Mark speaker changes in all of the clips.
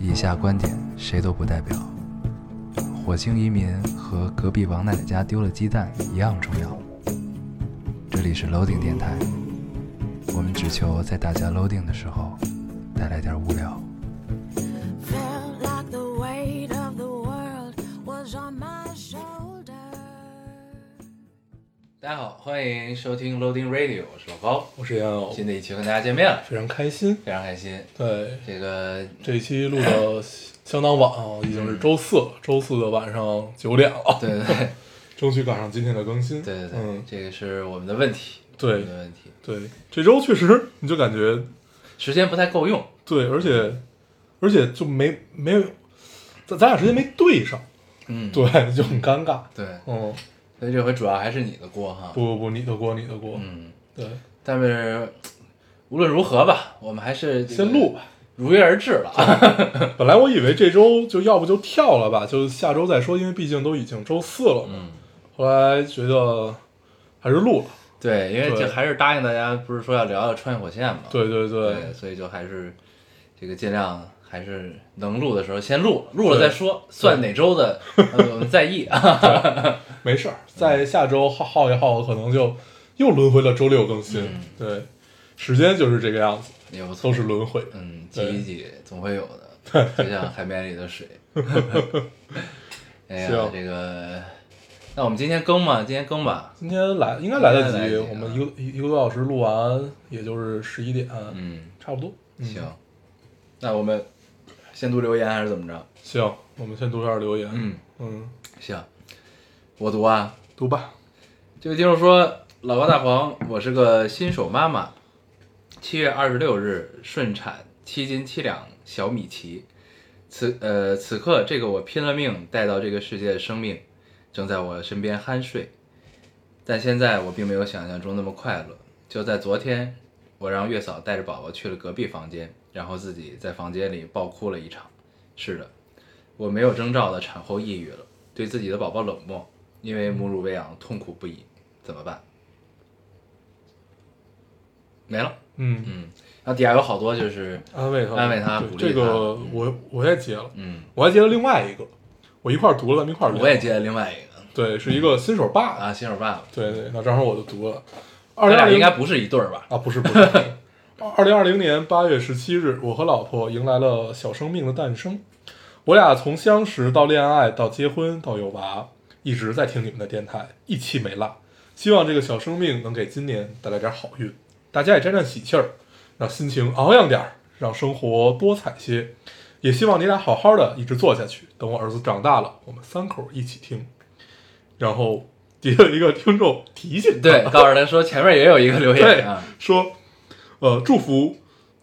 Speaker 1: 以下观点谁都不代表。火星移民和隔壁王奶奶家丢了鸡蛋一样重要。这里是 Loading 电台，我们只求在大家 Loading 的时候带来点无聊。
Speaker 2: Felt like the weight of the world was on my shoulders.
Speaker 1: 大家好，欢迎收听 Loading Radio，我是老高。
Speaker 3: 我是杨友，
Speaker 1: 新的一期跟大家见面了，
Speaker 3: 非常开心。
Speaker 1: 非常开心。
Speaker 3: 对，
Speaker 1: 这个
Speaker 3: 这一期录到相当晚啊，已经是周四了，周四的晚上九点了，
Speaker 1: 对对对
Speaker 3: 争取赶上今天的更新。
Speaker 1: 对对对，
Speaker 3: 嗯，
Speaker 1: 这个是我们的问题，我
Speaker 3: 对
Speaker 1: 们的问题，
Speaker 3: 对，这周确实你就感觉
Speaker 1: 时间不太够用。
Speaker 3: 对，而且而且就没没有，咱咱俩时间没对上，
Speaker 1: 嗯，
Speaker 3: 对，就很尴尬。
Speaker 1: 对，
Speaker 3: 嗯，
Speaker 1: 所以这回主要还是你的锅哈。
Speaker 3: 不不不，你的锅，你的锅。
Speaker 1: 嗯，
Speaker 3: 对，
Speaker 1: 但是无论如何吧，我们还是这个
Speaker 3: 先录吧。
Speaker 1: 如约而至了啊。
Speaker 3: 本来我以为这周就要不就跳了吧，就下周再说，因为毕竟都已经周四了嘛。
Speaker 1: 嗯，
Speaker 3: 后来觉得还是录了。
Speaker 1: 对，因为
Speaker 3: 对
Speaker 1: 这还是答应大家，不是说要聊聊穿越火线嘛。
Speaker 3: 对对对，
Speaker 1: 啊对，所以就还是这个尽量还是能录的时候先录，录了再说，算哪周 的呃我们再议啊。
Speaker 3: 没事儿，在下周耗耗一耗，可能就又轮回了周六更新。
Speaker 1: 嗯
Speaker 3: 对，时间就是这个样子，
Speaker 1: 也不错
Speaker 3: 都。是轮回。
Speaker 1: 嗯，挤
Speaker 3: 对
Speaker 1: 一挤总会有 的，就像海绵里的水。哎呀
Speaker 3: 行，
Speaker 1: 这个，那我们今天更吗？今天更吧。
Speaker 3: 今天来应该来得
Speaker 1: 应该来
Speaker 3: 及，
Speaker 1: 得及啊
Speaker 3: 我们一个一一个多小时录完，也就是十一点，
Speaker 1: 嗯，
Speaker 3: 差不多。嗯
Speaker 1: 行，那我们先读留言还是怎么着？
Speaker 3: 行，我们先读一下留言。
Speaker 1: 嗯，
Speaker 3: 嗯，
Speaker 1: 行，我读啊。
Speaker 3: 读吧。
Speaker 1: 这位听众说：“老高大黄，我是个新手妈妈，七月二十六日顺产，七斤七两小米奇。此呃此刻，这个我拼了命带到这个世界的生命，正在我身边酣睡。但现在我并没有想象中那么快乐。就在昨天，我让月嫂带着宝宝去了隔壁房间，然后自己在房间里爆哭了一场。是的，我没有征兆的产后抑郁了，对自己的宝宝冷漠，因为母乳喂养痛苦不已，怎么办？没了。
Speaker 3: 嗯，
Speaker 1: 嗯，然后底下有好多就是，
Speaker 3: 安慰他，
Speaker 1: 安慰他
Speaker 3: 对
Speaker 1: 鼓励他
Speaker 3: 这个我我也截了，
Speaker 1: 嗯，
Speaker 3: 我还截了另外一个，我一块儿读了，咱们一块儿聊。
Speaker 1: 我也接了另外一个
Speaker 3: 对，是一个新手爸。
Speaker 1: 啊，新手爸爸，
Speaker 3: 对对，那正好我就读了。二
Speaker 1: 他
Speaker 3: 零二
Speaker 1: 俩
Speaker 3: 零
Speaker 1: 应该不是一对儿吧？
Speaker 3: 啊，不是不是。 二零二零年八月十七日，我和老婆迎来了小生命的诞生。我俩从相识到恋爱到结婚到有娃，一直在听你们的电台，一期没落。希望这个小生命能给今年带来点好运，大家也沾沾喜气儿，让心情昂扬点儿，让生活多彩些。也希望你俩好好的一直做下去，等我儿子长大了，我们三口一起听。然后也有一个听众提醒他，
Speaker 1: 对， 告诉他说前面也有一个留
Speaker 3: 对
Speaker 1: 言啊，
Speaker 3: 说，呃，祝福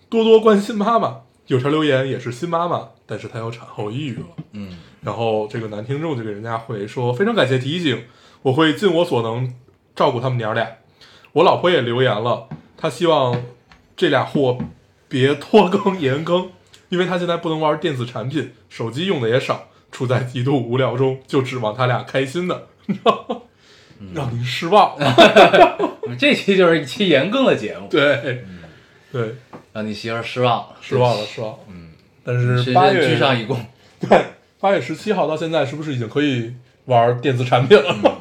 Speaker 3: 多多关心妈妈。有条留言也是新妈妈，但是她有产后抑郁了。
Speaker 1: 嗯，
Speaker 3: 然后这个男听众就给人家回说，非常感谢提醒，我会尽我所能照顾他们娘儿俩。我老婆也留言了，她希望这俩货别拖更延更，因为她现在不能玩电子产品，手机用的也少，处在极度无聊中，就指望他俩开心的， 让您失望。
Speaker 1: 我们这期就是一期严更的节目，
Speaker 3: 对，对。
Speaker 1: 让你媳妇儿失望了，
Speaker 3: 失望了，失望了。
Speaker 1: 嗯，
Speaker 3: 但
Speaker 1: 对，
Speaker 3: 是
Speaker 1: 时
Speaker 3: 八
Speaker 1: 间居
Speaker 3: 月
Speaker 1: 上一共，
Speaker 3: 八月十七号到现在，是不是已经可以玩电子产品
Speaker 1: 嗯
Speaker 3: 了？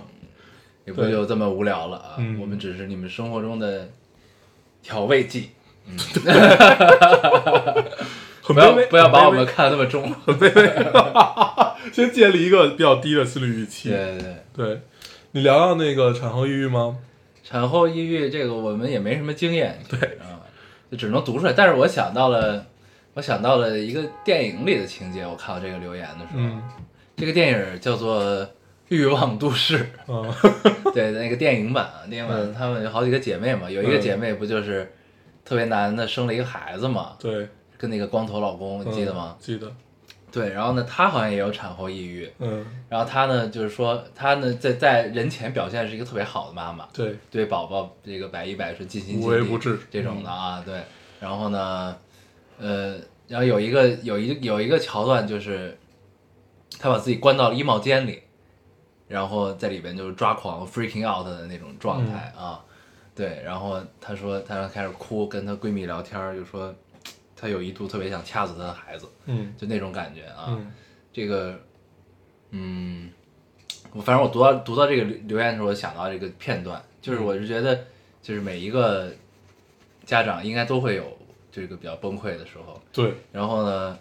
Speaker 1: 也不就这么无聊了啊
Speaker 3: 嗯，
Speaker 1: 我们只是你们生活中的调味剂，
Speaker 3: 很
Speaker 1: 不
Speaker 3: 卑
Speaker 1: 要
Speaker 3: 微，
Speaker 1: 不要把我
Speaker 3: 很卑
Speaker 1: 们
Speaker 3: 微
Speaker 1: 看得那么 重，
Speaker 3: 先建立一个比较低的心理预期。
Speaker 1: 对对对。
Speaker 3: 对你聊聊那个产后抑郁吗？
Speaker 1: 产后抑郁这个我们也没什么经验，对啊，就只能读出来。但是我想到了，我想到了一个电影里的情节，我看到这个留言的时候，
Speaker 3: 嗯
Speaker 1: 这个电影叫做《欲望都市
Speaker 3: 啊，》，
Speaker 1: 对，那个电影版啊，电影版
Speaker 3: 嗯
Speaker 1: 她们有好几个姐妹嘛，有一个
Speaker 3: 嗯
Speaker 1: 姐妹不就是特别难的生了一个孩子嘛，
Speaker 3: 对，
Speaker 1: 跟那个光头老公，你记得吗
Speaker 3: 嗯？？记得，
Speaker 1: 对，然后呢，她好像也有产后抑郁，
Speaker 3: 嗯，
Speaker 1: 然后她呢就是说，她呢在在人前表现是一个特别好的妈妈，
Speaker 3: 对，
Speaker 1: 对宝宝这个百依百顺、尽心尽力
Speaker 3: 无微不至
Speaker 1: 这种
Speaker 3: 嗯
Speaker 1: 的啊，对。然后呢，呃，然后有一个有一有一个桥段就是，他把自己关到了衣帽间里，然后在里边就是抓狂、freaking out 的那种状态啊，对。然后她说，她开始哭，跟她闺蜜聊天儿，就说他有一度特别想掐死他的孩子，
Speaker 3: 嗯
Speaker 1: 就那种感觉啊。
Speaker 3: 嗯
Speaker 1: 这个，嗯，我反正我读到读到这个留留言的时候，我想到这个片段，就是我是觉得，就是每一个家长应该都会有这个比较崩溃的时候。
Speaker 3: 对，
Speaker 1: 然后呢，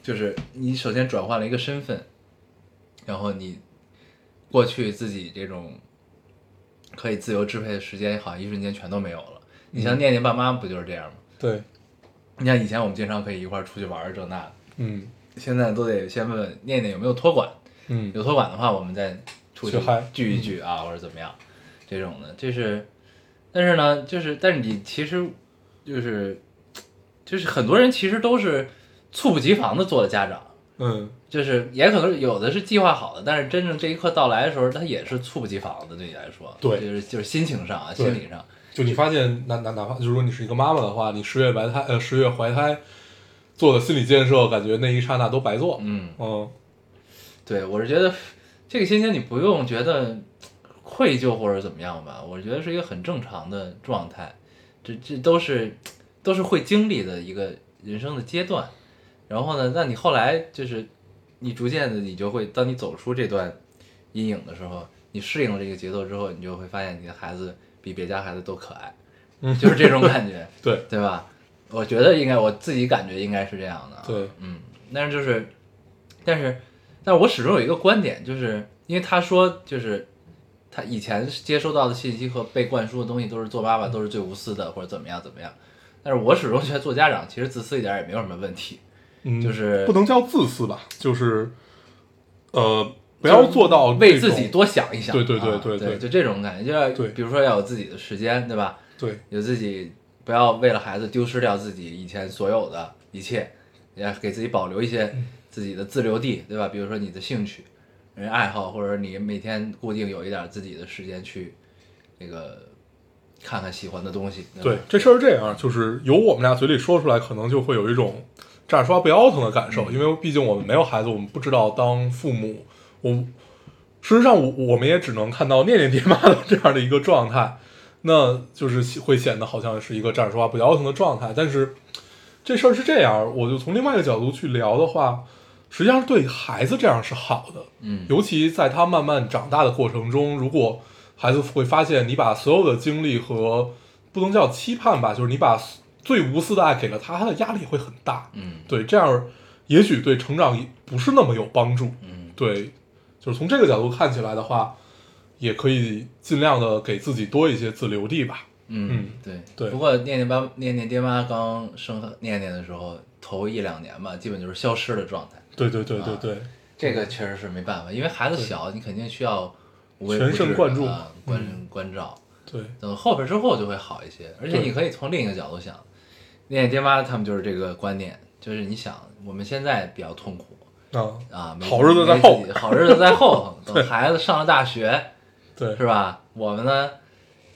Speaker 1: 就是你首先转换了一个身份，然后你过去自己这种可以自由支配的时间，好像一瞬间全都没有了。你像念念爸妈不就是这样吗？
Speaker 3: 对，
Speaker 1: 你像以前我们经常可以一块儿出去玩儿这那的，
Speaker 3: 嗯
Speaker 1: 现在都得先问问念念有没有托管，
Speaker 3: 嗯，
Speaker 1: 有托管的话，我们再出去
Speaker 3: 去嗨嗯
Speaker 1: 聚一聚啊，或者怎么样，这种的，这是，但是呢，就是，但是你其实就是，就是很多人其实都是猝不及防的做了家长，
Speaker 3: 嗯，
Speaker 1: 就是也可能有的是计划好的，但是真正这一刻到来的时候，他也是猝不及防的，对你来说，
Speaker 3: 对
Speaker 1: 就是就是心情上啊，
Speaker 3: 对
Speaker 1: 心理上，
Speaker 3: 就你发现哪哪哪怕就是说你是一个妈妈的话，你十月怀胎呃十月怀胎做的心理建设，感觉那一刹那都白做。
Speaker 1: 嗯，
Speaker 3: 嗯
Speaker 1: 对我是觉得这个心情你不用觉得愧疚或者怎么样吧，我觉得是一个很正常的状态，这这都是都是会经历的一个人生的阶段。然后呢，那你后来就是你逐渐的，你就会当你走出这段阴影的时候，你适应了这个节奏之后，你就会发现你的孩子比别家孩子都可爱，
Speaker 3: 嗯
Speaker 1: 就是这种感觉。
Speaker 3: 对
Speaker 1: 对吧？我觉得应该，我自己感觉应该是这样的啊。
Speaker 3: 对
Speaker 1: 嗯，但是就是，但是，但是我始终有一个观点，就是因为他说，就是他以前接收到的信息和被灌输的东西都是做妈妈都是最无私的，或者怎么样怎么样。但是我始终觉得做家长其实自私一点也没有什么问题，
Speaker 3: 嗯，
Speaker 1: 就是
Speaker 3: 不能叫自私吧，就是呃不要做到
Speaker 1: 为
Speaker 3: 这哦种
Speaker 1: 自己多想一想。
Speaker 3: 对对对
Speaker 1: 啊
Speaker 3: 对
Speaker 1: 对
Speaker 3: 对
Speaker 1: 就这种感觉，就要
Speaker 3: 对
Speaker 1: 比如说要有自己的时间，对吧？
Speaker 3: 对
Speaker 1: 有自己不要为了孩子丢失掉自己以前所有的一切，也给自己保留一些
Speaker 3: 嗯
Speaker 1: 自己的自留地，对吧？比如说你的兴趣、人爱好，或者你每天固定有一点自己的时间去那个看看喜欢的东西。
Speaker 3: 对
Speaker 1: 吧，
Speaker 3: 这事儿是这样，就是由我们俩嘴里说出来，可能就会有一种站着说话不腰疼的感受，
Speaker 1: 嗯
Speaker 3: 因为毕竟我们没有孩子，我们不知道当父母，我事实上我我们也只能看到念念爹妈的这样的一个状态，那就是会显得好像是一个站着说话不腰疼的状态。但是这事儿是这样，我就从另外一个角度去聊的话，实际上对孩子这样是好的，
Speaker 1: 嗯
Speaker 3: 尤其在他慢慢长大的过程中，如果孩子会发现你把所有的精力和不能叫期盼吧，就是你把最无私的爱给了他，他的压力会很大。
Speaker 1: 嗯
Speaker 3: 对，这样也许对成长也不是那么有帮助。
Speaker 1: 嗯
Speaker 3: 对，就是从这个角度看起来的话，也可以尽量的给自己多一些自留地吧。嗯
Speaker 1: 嗯，对
Speaker 3: 对
Speaker 1: 不过念念爸、念念爹妈刚生念念的时候，头一两年吧，基本就是消失的状态。
Speaker 3: 对对对对对，
Speaker 1: 这个确实是没办法，因为孩子小，你肯定需要无微
Speaker 3: 全
Speaker 1: 不
Speaker 3: 神
Speaker 1: 至
Speaker 3: 贯注嗯
Speaker 1: 啊关关照。
Speaker 3: 对
Speaker 1: 等后边之后就会好一些，而且
Speaker 3: 对
Speaker 1: 你可以从另一个角度想，念念爹妈他们就是这个观念，就是你想我们现在比较痛苦
Speaker 3: 啊，
Speaker 1: 啊，没
Speaker 3: 好日子在
Speaker 1: 没
Speaker 3: 后
Speaker 1: 自己好日子在后 头，等孩子上了大学
Speaker 3: 对
Speaker 1: 是吧？我们呢，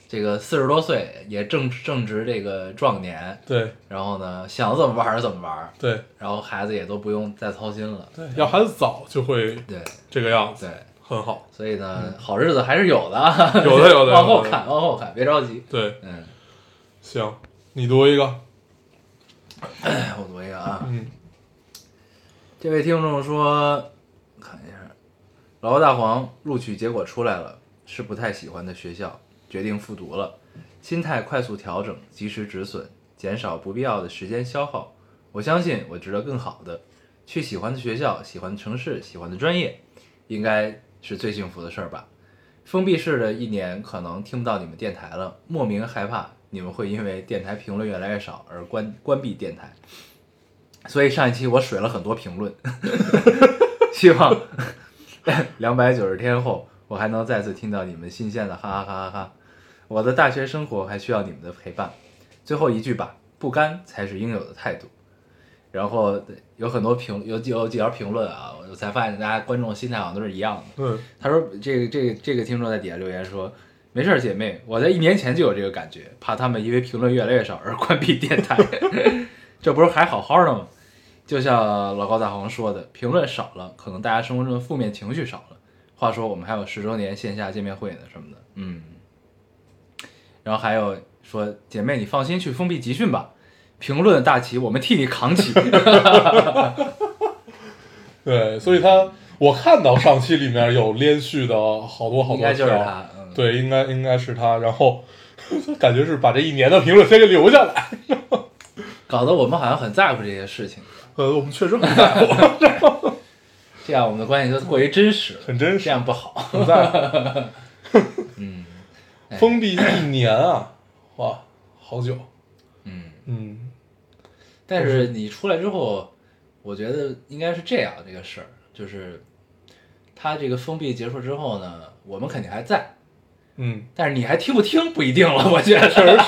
Speaker 1: 这个四十多岁也正正值这个壮年，
Speaker 3: 对
Speaker 1: 然后呢想怎么玩儿怎么玩儿，
Speaker 3: 对
Speaker 1: 然后孩子也都不用再操心了，
Speaker 3: 对，要孩子早就会
Speaker 1: 对
Speaker 3: 这个样子，
Speaker 1: 对。
Speaker 3: 很好。
Speaker 1: 所以呢，好日子还是有的啊，
Speaker 3: 嗯有的有的
Speaker 1: 往后
Speaker 3: 有的
Speaker 1: 看，往后看，别着急。
Speaker 3: 对，
Speaker 1: 嗯，
Speaker 3: 行，你读一个。
Speaker 1: 哎我读一个啊，
Speaker 3: 嗯
Speaker 1: 这位听众说，看一下，老高大黄录取结果出来了，是不太喜欢的学校，决定复读了。心态快速调整，及时止损，减少不必要的时间消耗。我相信我值得更好的，去喜欢的学校、喜欢的城市、喜欢的专业，应该是最幸福的事儿吧。封闭式的一年可能听不到你们电台了，莫名害怕你们会因为电台评论越来越少而关关闭电台。所以上一期我水了很多评论， 希望 两百九十天后我还能再次听到你们新鲜的哈哈哈哈哈。我的大学生活还需要你们的陪伴。最后一句吧，不甘才是应有的态度。然后有很多评有有几条评论啊，我才发现大家观众心态好像都是一样的。
Speaker 3: 嗯
Speaker 1: 他说这个这个这个听众在底下留言说，没事儿，姐妹，我在一年前就有这个感觉，怕他们因为评论越来越少而关闭电台， 这不是还好好的吗？就像老高大黄说的，评论少了，可能大家生活中的负面情绪少了。话说我们还有十周年线下见面会呢什么的，嗯。然后还有说，姐妹你放心去封闭集训吧，评论大旗，我们替你扛起。
Speaker 3: 对，所以他我看到上期里面有连续的好多好多条，
Speaker 1: 应该就是他嗯
Speaker 3: 对，应该应该是他，然后 感觉是把这一年的评论先给留下来。
Speaker 1: 搞得我们好像很在乎这些事情，
Speaker 3: 呃，我们确实很在乎，
Speaker 1: 这样我们的关系就过于真实了，
Speaker 3: 很真
Speaker 1: 这
Speaker 3: 实，
Speaker 1: 样不好。
Speaker 3: 很在 乎。嗯，封闭一年啊，哇，好久。
Speaker 1: 嗯，
Speaker 3: 嗯，
Speaker 1: 但是你出来之后，我觉得应该是这样，这个事儿就是，他这个封闭结束之后呢，我们肯定还在，
Speaker 3: 嗯，
Speaker 1: 但是你还听不听不一定 了，我觉得。
Speaker 3: 确实是，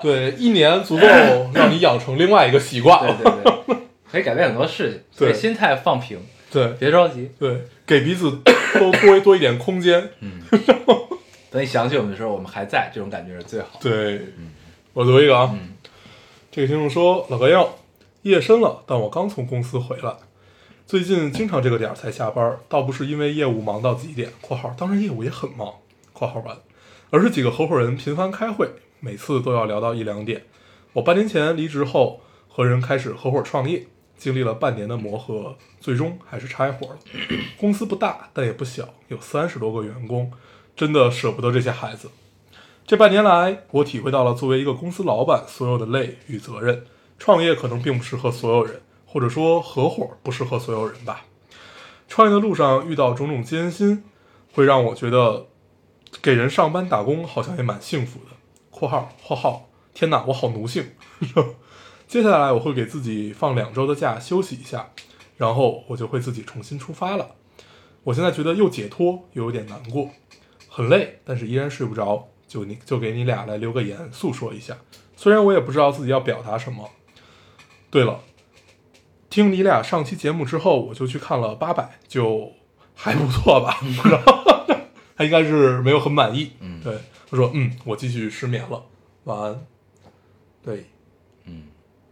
Speaker 3: 对，一年足够让你养成另外一个习惯
Speaker 1: 对
Speaker 3: 了。
Speaker 1: 对对，可以改变很多事情，所以
Speaker 3: 对
Speaker 1: 心态放平，
Speaker 3: 对
Speaker 1: 别着急。
Speaker 3: 对，给彼此 多多多一点空间。
Speaker 1: 等你想起我们的时候，我们还在，这种感觉是最好。
Speaker 3: 对，我读一个啊，
Speaker 1: 嗯
Speaker 3: 这个听众说：“老哥要夜深了，但我刚从公司回来，最近经常这个点儿才下班，倒不是因为业务忙到极点（括号当然业务也很忙，括号完），而是几个合伙人频繁开会，每次都要聊到一两点。我半年前离职后，和人开始合伙创业，经历了半年的磨合，最终还是拆伙了。公司不大，但也不小，有三十多个员工，真的舍不得这些孩子。”这半年来，我体会到了作为一个公司老板所有的累与责任。创业可能并不适合所有人，或者说合伙不适合所有人吧。创业的路上遇到种种艰辛，会让我觉得给人上班打工好像也蛮幸福的。（括号括号）天哪，我好奴性。 接下来我会给自己放两周的假休息一下，然后我就会自己重新出发了。我现在觉得又解脱又有点难过，很累，但是依然睡不着，就你就给你俩来留个言，诉说一下。虽然我也不知道自己要表达什么。对了，听你俩上期节目之后，我就去看了八百，就还不错吧。然后 他应该是没有很满意。
Speaker 1: 嗯
Speaker 3: 对，他说嗯，我继续失眠了，晚安。对，
Speaker 1: 嗯，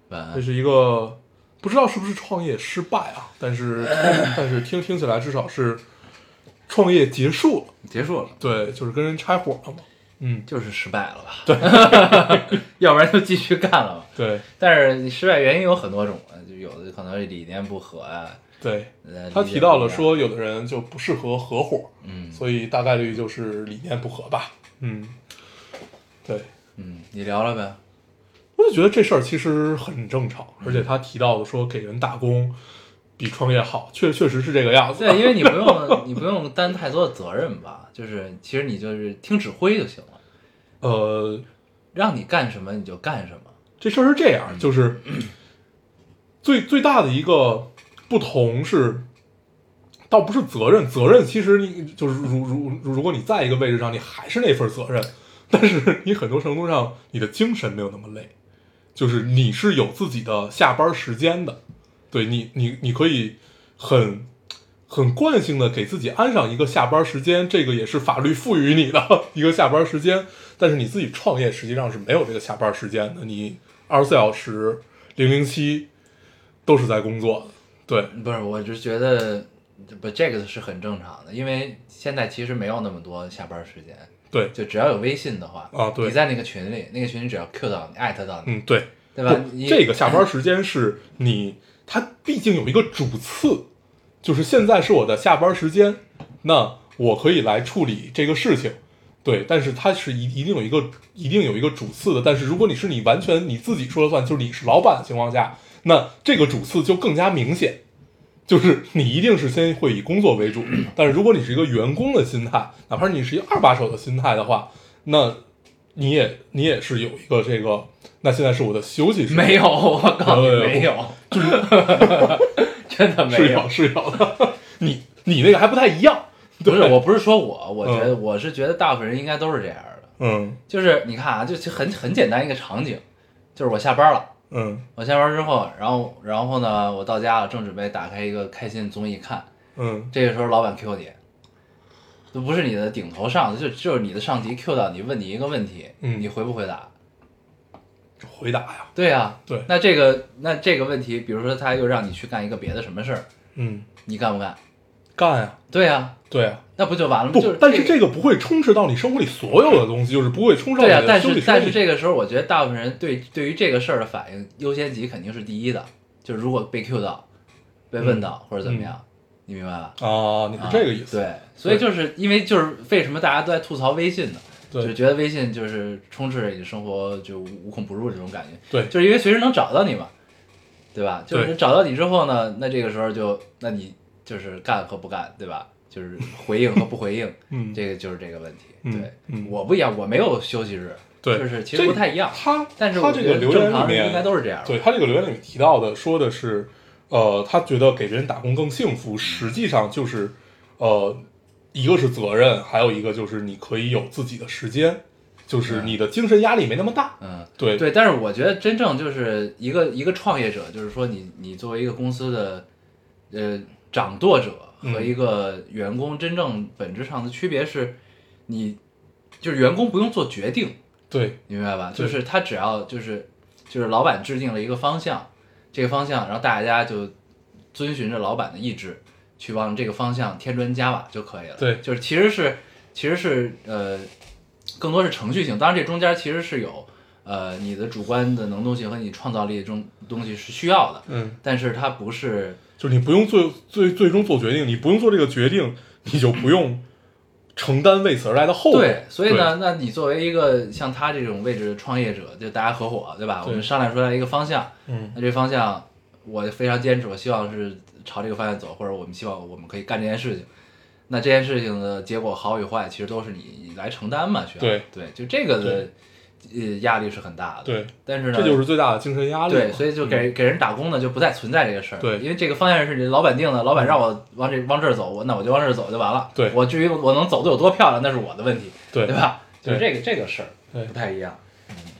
Speaker 1: 晚
Speaker 3: 这
Speaker 1: 安。
Speaker 3: 是一个不知道是不是创业失败啊，但是但是听听起来至少是创业结束了，
Speaker 1: 结束了，
Speaker 3: 对，就是跟人拆伙了嘛，嗯，
Speaker 1: 就是失败了吧？对， 要不然就继续干了吧。
Speaker 3: 对
Speaker 1: 但是你失败原因有很多种，呃就有的可能是理念不合啊。
Speaker 3: 对，
Speaker 1: 呃
Speaker 3: 他
Speaker 1: 理解
Speaker 3: 提到
Speaker 1: 不
Speaker 3: 了
Speaker 1: 一样，
Speaker 3: 说有的人就不适合合伙，
Speaker 1: 嗯
Speaker 3: 所以大概率就是理念不合吧，嗯，对，
Speaker 1: 嗯，你聊聊呗。
Speaker 3: 我就觉得这事儿其实很正常，而且他提到的说给人打工比创业好，确确实是这个样子，
Speaker 1: 对，因为你不用 你不用担太多的责任吧，就是其实你就是听指挥就行了，
Speaker 3: 呃，
Speaker 1: 让你干什么你就干什么。
Speaker 3: 这事儿是这样，就是最最大的一个不同是，倒不是责任，责任其实你就是如如如如果你在一个位置上，你还是那份责任，但是你很多程度上你的精神没有那么累，就是你是有自己的下班时间的，对你你你可以很。很惯性的给自己安上一个下班时间，这个也是法律赋予你的 一个下班时间。但是你自己创业实际上是没有这个下班时间的，你二十四小时零零七都是在工作的。对，
Speaker 1: 不是，我就觉得不这个是很正常的，因为现在其实没有那么多下班时间，
Speaker 3: 对，
Speaker 1: 就只要有微信的话，
Speaker 3: 啊对
Speaker 1: 你在那个群里，那个群只要 Q 到你，艾特到你，
Speaker 3: 嗯，对，
Speaker 1: 对吧
Speaker 3: 不？
Speaker 1: 你
Speaker 3: 这个下班时间是你，它毕竟有一个主次，就是现在是我的下班时间，那我可以来处理这个事情。对，但是它是一一定有一个一定有一个主次的，但是如果你是你完全你自己说了算，就是你是老板的情况下，那这个主次就更加明显，就是你一定是先会以工作为主，但是如果你是一个员工的心态，哪怕你是一个二把手的心态的话，那你也你也是有一个这个，那现在是我的休息时 间，
Speaker 1: 没有，我告诉你
Speaker 3: 有有有
Speaker 1: 没有，真的没
Speaker 3: 是 有是有的， 你你那个还不太一样，
Speaker 1: 不
Speaker 3: 对
Speaker 1: 是，我不是说我，我觉得我是觉得大部分人应该都是这样的，
Speaker 3: 嗯
Speaker 1: 就是你看啊，就就很很简单一个场景，就是我下班了。
Speaker 3: 嗯
Speaker 1: 我下班之后，然后然后呢，我到家了，正准备打开一个开心的综艺看，
Speaker 3: 嗯，
Speaker 1: 这个时候老板 Q 你，都不是你的顶头上司，就就是你的上级 Q 到你，问你一个问题，
Speaker 3: 嗯
Speaker 1: 你回不回答？
Speaker 3: 回答呀，
Speaker 1: 对呀，
Speaker 3: 对
Speaker 1: 那这个那这个问题，比如说他又让你去干一个别的什么事儿，
Speaker 3: 嗯
Speaker 1: 你干不干？
Speaker 3: 干呀，
Speaker 1: 对呀，
Speaker 3: 对啊，
Speaker 1: 那不就完了吗？
Speaker 3: 不，
Speaker 1: 就是
Speaker 3: 但是
Speaker 1: 这
Speaker 3: 这个不会充斥到你生活里所有的东西，就是不会冲上
Speaker 1: 对
Speaker 3: 你
Speaker 1: 呀，
Speaker 3: 的
Speaker 1: 但
Speaker 3: 生理
Speaker 1: 是
Speaker 3: 生
Speaker 1: 但是
Speaker 3: 理
Speaker 1: 这个时候，我觉得大部分人对对于这个事儿的反应优先级肯定是第一的，就是如果被 Q 到、被问到、或者怎么样，
Speaker 3: 嗯
Speaker 1: 你明白吧？
Speaker 3: 啊，你是这个意思？
Speaker 1: 对，所以就是因为就是为什么大家都在吐槽微信呢？
Speaker 3: 对
Speaker 1: 就觉得微信就是充斥着你的生活，就无孔不入这种感觉。
Speaker 3: 对
Speaker 1: 就是因为随时能找到你嘛，对吧？就
Speaker 3: 对
Speaker 1: 是找到你之后呢，那这个时候就那你就是干和不干，对吧？就是回应和不回 应，
Speaker 3: 嗯
Speaker 1: 这个就是这个问题。
Speaker 3: 嗯
Speaker 1: 对，
Speaker 3: 嗯
Speaker 1: 我不一样，我没有休息日，
Speaker 3: 对
Speaker 1: 就是其
Speaker 3: 这
Speaker 1: 实不太一样。
Speaker 3: 他
Speaker 1: 但是
Speaker 3: 他
Speaker 1: 我
Speaker 3: 这
Speaker 1: 觉
Speaker 3: 个
Speaker 1: 得
Speaker 3: 留
Speaker 1: 正
Speaker 3: 言里
Speaker 1: 常人
Speaker 3: 面
Speaker 1: 应该都是这样。
Speaker 3: 对他这个留言里面提到的，说的是，呃，他觉得给别人打工更幸福，实际上就是，呃，一个是责任，还有一个就是你可以有自己的时间，就是你的精神压力没那么大。
Speaker 1: 嗯，
Speaker 3: 对
Speaker 1: 啊对，但是我觉得真正就是一个一个创业者，就是说你你作为一个公司的呃掌舵者和
Speaker 3: 嗯
Speaker 1: 一个员工，真正本质上的区别是，你就是员工不用做决定，
Speaker 3: 对
Speaker 1: 你明白吧？
Speaker 3: 对
Speaker 1: 就是他只要就是就是老板制定了一个方向，这个方向，然后大家就遵循着老板的意志去往这个方向添砖加瓦就可以了。
Speaker 3: 对
Speaker 1: 就是其实是其实是呃，更多是程序性。当然，这中间其实是有呃你的主观的能动性和你创造力的中东西是需要的，
Speaker 3: 嗯，
Speaker 1: 但是它不是
Speaker 3: 就是你不用最最最终做决定，你不用做这个决定，你就不用承担为此而来的后果。
Speaker 1: 对，所以呢，那你作为一个像他这种位置的创业者，就大家合伙，对吧？
Speaker 3: 对
Speaker 1: 我们商量出来一个方向，
Speaker 3: 嗯，
Speaker 1: 那这方向我非常坚持，我希望是朝这个方向走，或者我们希望我们可以干这件事情。那这件事情的结果好与坏，其实都是你来承担嘛，需要
Speaker 3: 对
Speaker 1: 对，就这个的呃压力是很大的，
Speaker 3: 对，
Speaker 1: 但是呢，
Speaker 3: 这就是最大的精神压力嘛。嗯
Speaker 1: 对，所以就给、给人打工呢，就不再存在这个事儿。
Speaker 3: 对
Speaker 1: 因为这个方向是老板定的，老板让我往这往这儿走，我那我就往这儿走就完了。
Speaker 3: 对
Speaker 1: 我至于我能走的有多漂亮，那是我的问题，
Speaker 3: 对
Speaker 1: 对吧？就
Speaker 3: 对
Speaker 1: 是这个这个事儿
Speaker 3: 对
Speaker 1: 不太一样。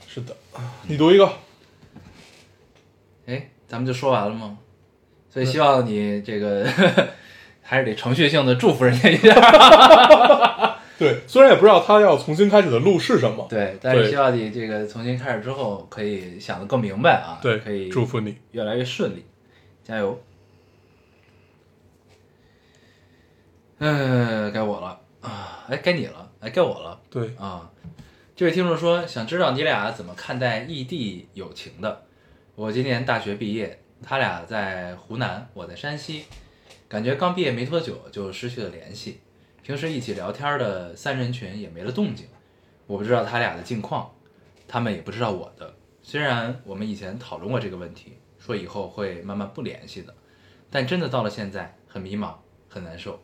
Speaker 3: 是的，你读一个，
Speaker 1: 哎，咱们就说完了吗？所以希望你这个 还是得程序性的祝福人家一 下，
Speaker 3: 对，虽然也不知道他要重新开始的路是什么，
Speaker 1: 对，但是
Speaker 3: 对
Speaker 1: 希望你这个重新开始之后可以想得更明白啊，
Speaker 3: 对，
Speaker 1: 可以
Speaker 3: 祝福你，
Speaker 1: 越来越顺利，加油！嗯，该我了啊，哎，该你了，哎，该我了
Speaker 3: 对，
Speaker 1: 啊！这位听众说，想知道你俩怎么看待异地友情的。我今年大学毕业，他俩在湖南，我在山西，感觉刚毕业没多久就失去了联系，平时一起聊天的三人群也没了动静。我不知道他俩的近况，他们也不知道我的。虽然我们以前讨论过这个问题，说以后会慢慢不联系的，但真的到了现在，很迷茫，很难受。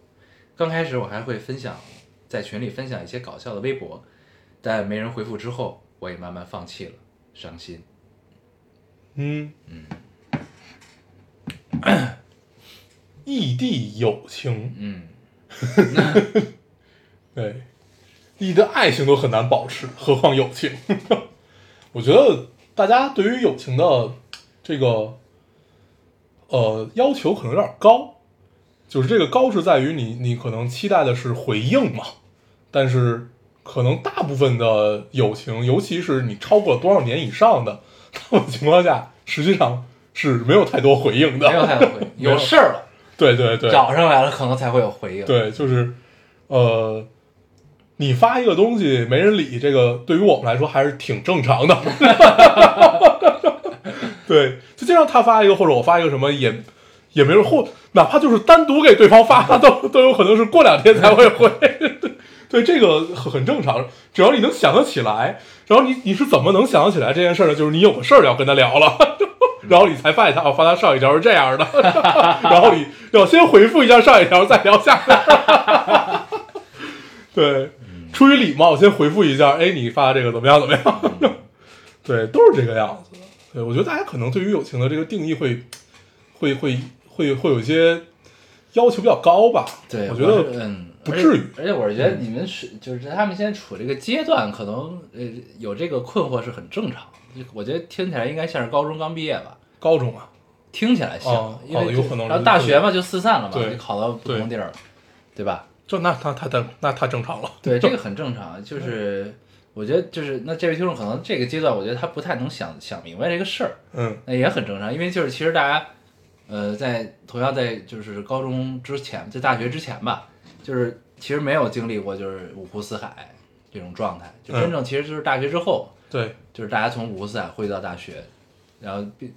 Speaker 1: 刚开始我还会分享，在群里分享一些搞笑的微博，但没人回复之后，我也慢慢放弃了，伤心。
Speaker 3: 嗯嗯， 异地友情，
Speaker 1: 嗯，
Speaker 3: 对，你的爱情都很难保持，何况友情？ 我觉得大家对于友情的这个呃要求可能有点高，就是这个高是在于你你可能期待的是回应嘛，但是可能大部分的友情，尤其是你超过了多少年以上的，大部分情况下实际上是没有太多回应的。
Speaker 1: 没有太多 回应，
Speaker 3: 没有
Speaker 1: 有事儿了，
Speaker 3: 对对对，
Speaker 1: 找上来了，可能才会有回应。
Speaker 3: 对，就是，呃，你发一个东西没人理，这个对于我们来说还是挺正常的。 对，就经常他发一个或者我发一个什么也也没人或哪怕就是单独给对方发，都都有可能是过两天才会回。 对，这个很很正常，只要你能想得起来，然后你你是怎么能想得起来这件事儿呢？就是你有个事儿要跟他聊了， 然后你才发现他，哦，发他上一条是这样的， 然后你要先回复一下上一条，再聊下一条。 对，出于礼貌，先回复一下，哎，你发这个怎么样？怎么样？ 对，都是这个样子的。对，我觉得大家可能对于友情的这个定义会，会会会会有一些要求比较高吧。
Speaker 1: 对，
Speaker 3: 我觉得
Speaker 1: 是嗯，
Speaker 3: 不
Speaker 1: 而且
Speaker 3: 至于嗯
Speaker 1: 而且我是觉得你们是就是他们现在处这个阶段，可能呃有这个困惑是很正常。就我觉得听起来应该像是高中刚毕业吧，
Speaker 3: 高中啊，
Speaker 1: 听起来像，
Speaker 3: 哦
Speaker 1: 因为
Speaker 3: 哦
Speaker 1: 就
Speaker 3: 有可能是
Speaker 1: 然后大学嘛就四散了嘛，
Speaker 3: 对
Speaker 1: 就考到不同地儿了，对吧？
Speaker 3: 这那他他他那太正嗯常了。
Speaker 1: 对，这个很正常。啊就是我觉得就是那这位听众可能这个阶段，我觉得他不太能想想明白这个事儿，
Speaker 3: 嗯
Speaker 1: 那也很正常，因为就是其实大家，呃，在同样在就是高中之前，在大学之前吧，就是其实没有经历过就是五湖四海这种状态，就真正其实就是大学之后，
Speaker 3: 对，
Speaker 1: 就是大家从五湖四海汇到大学，然后变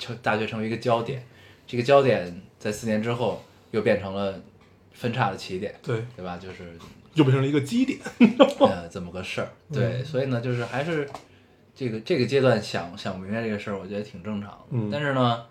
Speaker 1: 成大学成为一个焦点，这个焦点在四年之后又变成了分叉的起点，
Speaker 3: 对，
Speaker 1: 对吧？就是
Speaker 3: 又变成了一个基点。
Speaker 1: 呃这么个事儿，对，所以呢，就是还是这个这个阶段想想不明白这个事儿，我觉得挺正常的。
Speaker 3: 嗯
Speaker 1: 但是呢，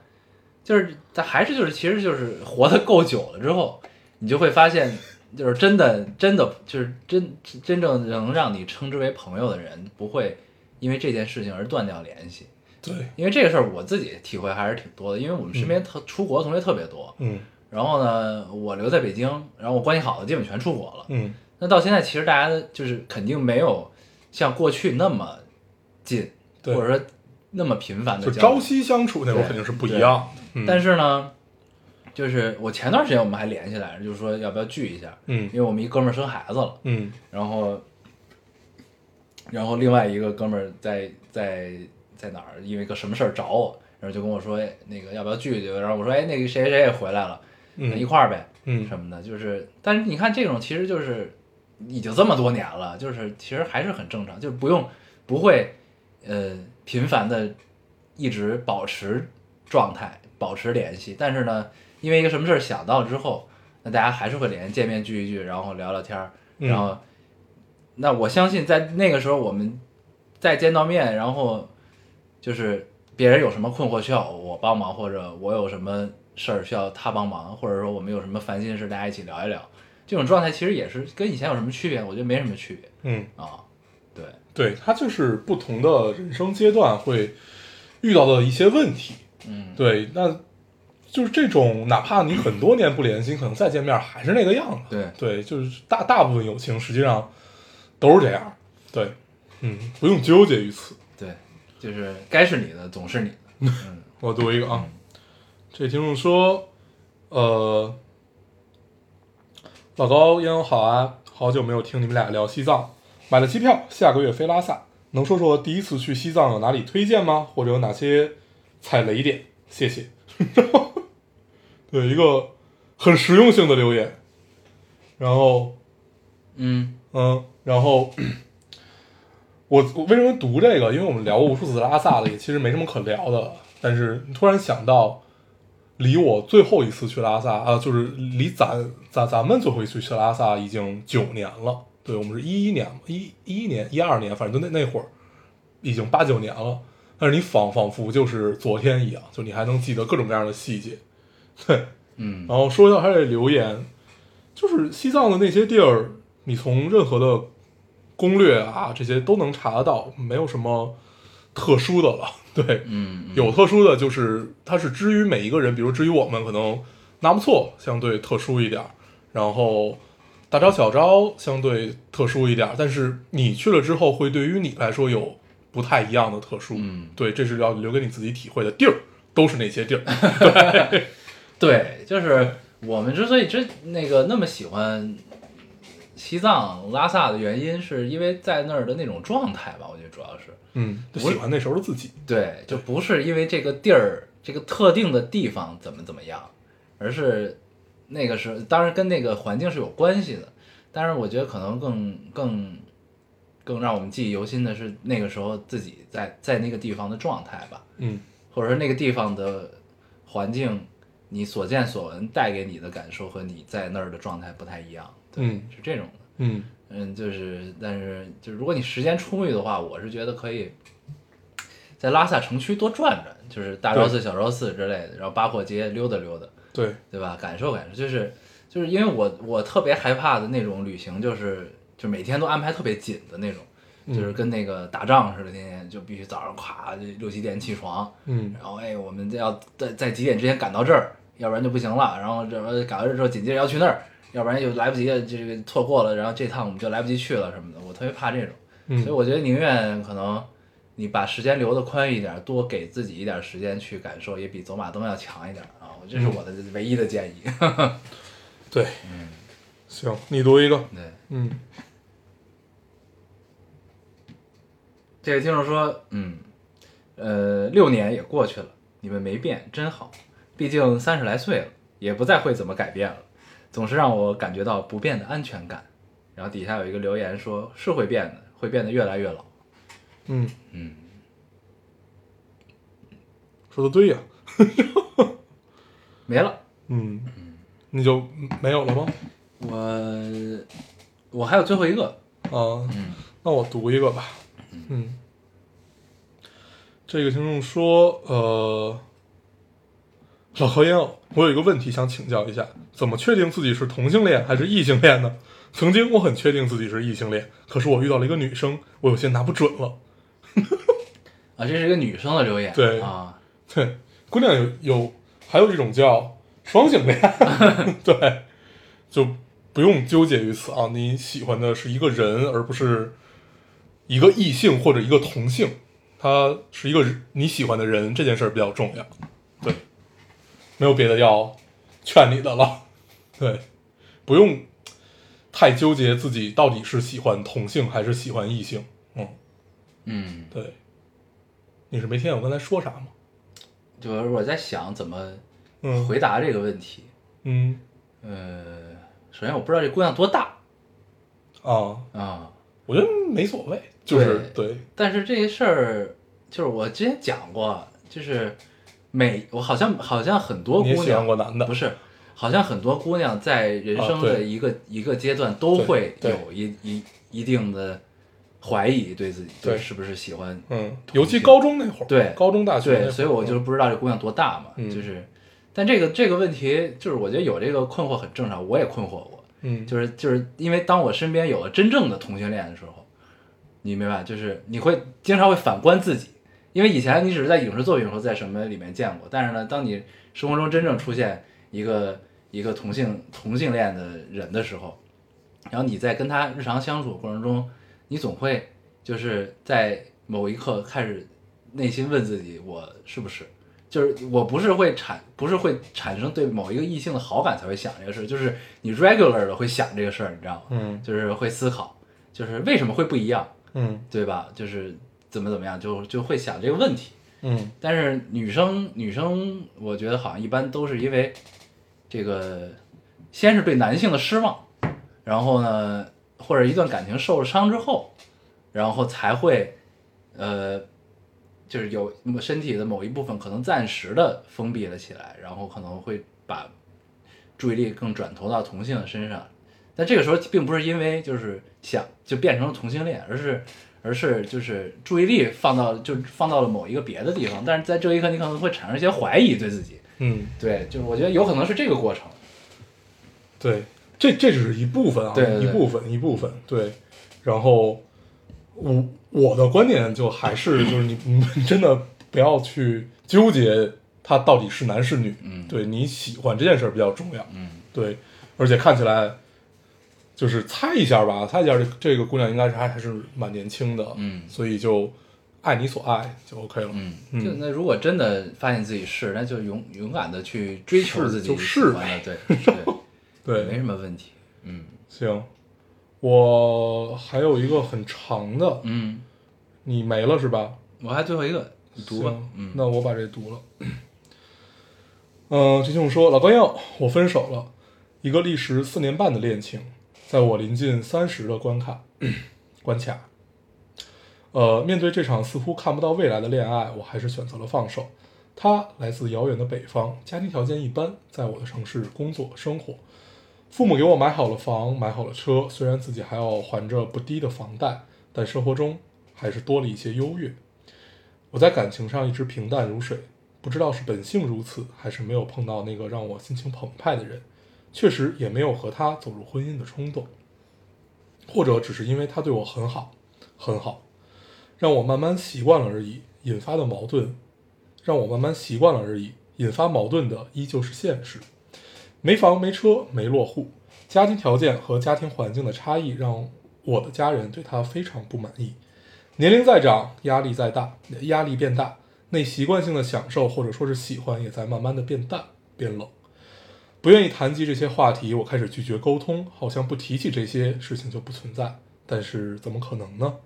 Speaker 1: 就是他还是就是其实就是活得够久了之后，你就会发现，就是真的真的就是真真正能让你称之为朋友的人，不会因为这件事情而断掉联系。
Speaker 3: 对，
Speaker 1: 因为这个事儿我自己体会还是挺多的，因为我们身边特出国的同学特别多，
Speaker 3: 嗯
Speaker 1: 然后呢，我留在北京，然后我关系好的基本全出国了。
Speaker 3: 嗯，
Speaker 1: 那到现在，其实大家就是肯定没有像过去那么近，
Speaker 3: 对
Speaker 1: 或者说那么频繁
Speaker 3: 就
Speaker 1: 的
Speaker 3: 朝夕相处那会儿
Speaker 1: 对
Speaker 3: 肯定是不一样。嗯
Speaker 1: 但是呢，就是我前段时间我们还联系来着，就是说要不要聚一下，
Speaker 3: 嗯
Speaker 1: 因为我们一哥们儿生孩子了，
Speaker 3: 嗯
Speaker 1: 然后，然后另外一个哥们儿在在在哪儿，因为个什么事儿找我，然后就跟我说，哎，那个要不要聚一聚？然后我说，哎，那个谁谁谁也回来了，那一
Speaker 3: 嗯
Speaker 1: 块儿呗。
Speaker 3: 嗯
Speaker 1: 什么的，就是，但是你看这种其实就是已经这么多年了，就是其实还是很正常，就是不用不会呃频繁的一直保持状态，保持联系，但是呢，因为一个什么事儿想到之后，那大家还是会联系，见面聚一聚，然后聊聊天儿，
Speaker 3: 嗯
Speaker 1: 然后、那我相信在那个时候我们再见到面，然后就是别人有什么困惑需要我帮忙，或者我有什么事儿需要他帮忙，或者说我们有什么烦心事，大家一起聊一聊。这种状态其实也是跟以前有什么区别？我觉得没什么区别
Speaker 3: 嗯，
Speaker 1: 啊。对，
Speaker 3: 对，它就是不同的人生阶段会遇到的一些问题。
Speaker 1: 嗯，
Speaker 3: 对，那就是这种，哪怕你很多年不联系，可能再见面还是那个样子。
Speaker 1: 对，
Speaker 3: 对，就是大大部分友情实际上都是这样。对，嗯，不用纠结于此。
Speaker 1: 对，就是该是你的总是你的。嗯，
Speaker 3: 我读一个啊，这听众说，呃，老高烟友好啊，好久没有听你们俩聊西藏，买了机票，下个月飞拉萨，能说说第一次去西藏有哪里推荐吗？或者有哪些踩雷点？谢谢。 对，一个很实用性的留言，然后
Speaker 1: 嗯，
Speaker 3: 嗯，然后我我为什么读这个？因为我们聊过无数次拉萨了，也其实没什么可聊的。但是突然想到，离我最后一次去拉萨啊，就是离咱咱咱们最后一次去拉萨已经九年了。对我们是一一年嘛，一一年一二年，反正就那那会儿已经八九年了。但是你仿仿佛就是昨天一样，就你还能记得各种各样的细节。 对，
Speaker 1: 嗯，
Speaker 3: 然后说一下他这留言，就是西藏的那些地儿，你从任何的攻略啊这些都能查得到，没有什么特殊的了。 对，
Speaker 1: 嗯，
Speaker 3: 有特殊的就是它是之于每一个人，比如之于我们可能纳木错相对特殊一点儿，然后大招小招相对特殊一点儿，但是你去了之后会对于你来说有不太一样的特殊。
Speaker 1: 嗯
Speaker 3: 对，这是要留给你自己体会的地儿，都是那些地儿。
Speaker 1: 对，就是我们之所以之那个那么喜欢西藏拉萨的原因，是因为在那儿的那种状态吧，我觉得主要是。
Speaker 3: 嗯，就
Speaker 1: 我
Speaker 3: 喜欢那时候的自己。
Speaker 1: 对，就不是因为这个地儿、这个特定的地方怎么怎么样，而是那个是当然跟那个环境是有关系的，但是我觉得可能更更更让我们记忆犹新的是那个时候自己在在那个地方的状态吧，
Speaker 3: 嗯。
Speaker 1: 或者说那个地方的环境，你所见所闻带给你的感受和你在那儿的状态不太一样，对，
Speaker 3: 嗯
Speaker 1: 是这种的。
Speaker 3: 嗯
Speaker 1: 嗯，就是，但是就是，如果你时间充裕的话，我是觉得可以在拉萨城区多转转，就是大昭寺、小昭寺之类的，然后八廓街溜达溜达，，
Speaker 3: 对，
Speaker 1: 对吧？感受感受，就是就是因为我我特别害怕的那种旅行，就是就每天都安排特别紧的那种，就是跟那个打仗似的，天天就必须早上咵就六七点起床，
Speaker 3: 嗯
Speaker 1: 然后哎，我们要在在几点之前赶到这儿，要不然就不行了。然后这呃赶到这儿之后，紧接着要去那儿，要不然就来不及了，这个错过了，然后这趟我们就来不及去了什么的。我特别怕这种，
Speaker 3: 嗯
Speaker 1: 所以我觉得宁愿可能你把时间留的宽一点，多给自己一点时间去感受，也比走马灯要强一点啊。我这是我的唯一的建议。
Speaker 3: 对，嗯，行，你读一个，
Speaker 1: 对，
Speaker 3: 嗯
Speaker 1: 这位听众说，嗯，呃，六年也过去了，你们没变，真好。毕竟三十来岁了，也不再会怎么改变了，总是让我感觉到不变的安全感。然后底下有一个留言说，是会变的，会变得越来越老。
Speaker 3: 嗯
Speaker 1: 嗯，
Speaker 3: 说的对呀、
Speaker 1: 没了，
Speaker 3: 嗯，你就没有了吗？
Speaker 1: 我我还有最后一个，
Speaker 3: 啊，那我读一个吧。嗯，这个听众说，呃，老何烟偶，我有一个问题想请教一下，怎么确定自己是同性恋还是异性恋呢？曾经我很确定自己是异性恋，可是我遇到了一个女生，我有些拿不准了。
Speaker 1: 啊，这是一个女生的留言，
Speaker 3: 对
Speaker 1: 啊，
Speaker 3: 对， 姑娘有有，还有一种叫双性恋， 对，就不用纠结于此啊。你喜欢的是一个人，而不是一个异性或者一个同性，他是一个人你喜欢的人，这件事儿比较重要。对，没有别的要劝你的了。 对，不用太纠结自己到底是喜欢同性还是喜欢异性。嗯，
Speaker 1: 嗯，
Speaker 3: 对。你是没听见我刚才说啥吗？
Speaker 1: 就是我在想怎么
Speaker 3: 嗯，
Speaker 1: 回答这个问题。
Speaker 3: 嗯
Speaker 1: 呃，首先我不知道这姑娘多大
Speaker 3: 啊，
Speaker 1: 啊，
Speaker 3: 我觉得没所谓，就是对
Speaker 1: 但是这些事儿就是我之前讲过，就是每我好像好像很多
Speaker 3: 你也
Speaker 1: 姑
Speaker 3: 喜欢
Speaker 1: 娘
Speaker 3: 过男的，
Speaker 1: 不是，好像很多姑娘在人生
Speaker 3: 啊
Speaker 1: 的
Speaker 3: 对
Speaker 1: 一个、一个阶段都会
Speaker 3: 对对
Speaker 1: 有一一一定的怀疑对自己
Speaker 3: 对
Speaker 1: 是不是喜欢
Speaker 3: 嗯，尤其高中那会儿，
Speaker 1: 对
Speaker 3: 高中大学那会
Speaker 1: 对，
Speaker 3: 儿
Speaker 1: 所以我就不知道这姑娘多大嘛，
Speaker 3: 嗯
Speaker 1: 就是，但这个这个问题就是我觉得有这个困惑很正常，我也困惑过，
Speaker 3: 嗯，
Speaker 1: 就是就是因为当我身边有了真正的同性恋的时候，你明白，就是你会经常会反观自己，因为以前你只是在影视作品或在什么里面见过，但是呢，当你生活中真正出现一个一个同性同性恋的人的时候，然后你在跟他日常相处过程中，你总会就是在某一刻开始内心问自己，我是不是？就是我不是会产，不是会产生对某一个异性的好感才会想这个事儿，就是你 regular 的会想这个事儿，你知道吗？
Speaker 3: 嗯
Speaker 1: 就是会思考，就是为什么会不一样，
Speaker 3: 嗯
Speaker 1: 对吧？就是怎么怎么样，就就会想这个问题。
Speaker 3: 嗯
Speaker 1: 但是女生女生，我觉得好像一般都是因为这个，先是对男性的失望，然后呢，或者一段感情受了伤之后，然后才会，呃，就是有身体的某一部分可能暂时的封闭了起来，然后可能会把注意力更转投到同性的身上。但这个时候并不是因为就是想就变成了同性恋，而是而是就是注意力放到就放到了某一个别的地方，但是在这一刻你可能会产生一些怀疑对自己，
Speaker 3: 嗯，
Speaker 1: 对，就是我觉得有可能是这个过程，
Speaker 3: 对，这这只是一部分啊，
Speaker 1: 对对
Speaker 3: 一
Speaker 1: 对
Speaker 3: 部分一部分，对，然后我我的观点就还是就是你你们真的不要去纠结他到底是男是女，
Speaker 1: 嗯
Speaker 3: 对你喜欢这件事儿比较重要，
Speaker 1: 嗯
Speaker 3: 对，而且看起来就是猜一下吧，猜一下这这个姑娘应该是还还是蛮年轻的，
Speaker 1: 嗯
Speaker 3: 所以就爱你所爱就 OK 了，
Speaker 1: 嗯，
Speaker 3: 嗯
Speaker 1: 就那如果真的发现自己是，那就勇勇敢的去追求
Speaker 3: 是
Speaker 1: 自己
Speaker 3: 就
Speaker 1: 喜
Speaker 3: 是
Speaker 1: 欢的， 对对，没
Speaker 3: 对，
Speaker 1: 什么问题，嗯
Speaker 3: 行，我还有一个很长的，
Speaker 1: 嗯，
Speaker 3: 你没了是吧？
Speaker 1: 我还最后一个，你读吧
Speaker 3: 行，
Speaker 1: 嗯
Speaker 3: 那我把这读了。嗯，这听众说，老高要我分手了，一个历时四年半的恋情，在我临近三十的关卡 关卡，呃，面对这场似乎看不到未来的恋爱，我还是选择了放手。他来自遥远的北方，家庭条件一般，在我的城市工作生活，父母给我买好了房，买好了车，虽然自己还要还着不低的房贷，但生活中还是多了一些优越。我在感情上一直平淡如水，不知道是本性如此，还是没有碰到那个让我心情澎湃的人，确实也没有和他走入婚姻的冲动，或者只是因为他对我很好，很好，让我慢慢习惯了而已，引发的矛盾，让我慢慢习惯了而已，引发矛盾的依旧是现实，没房没车没落户，家庭条件和家庭环境的差异让我的家人对他非常不满意。年龄在长，压力在大，压力变大，那习惯性的享受或者说是喜欢也在慢慢的变淡变冷。不愿意谈及这些话题，我开始拒绝沟通，好像不提起这些事情就不存在。但是怎么可能呢？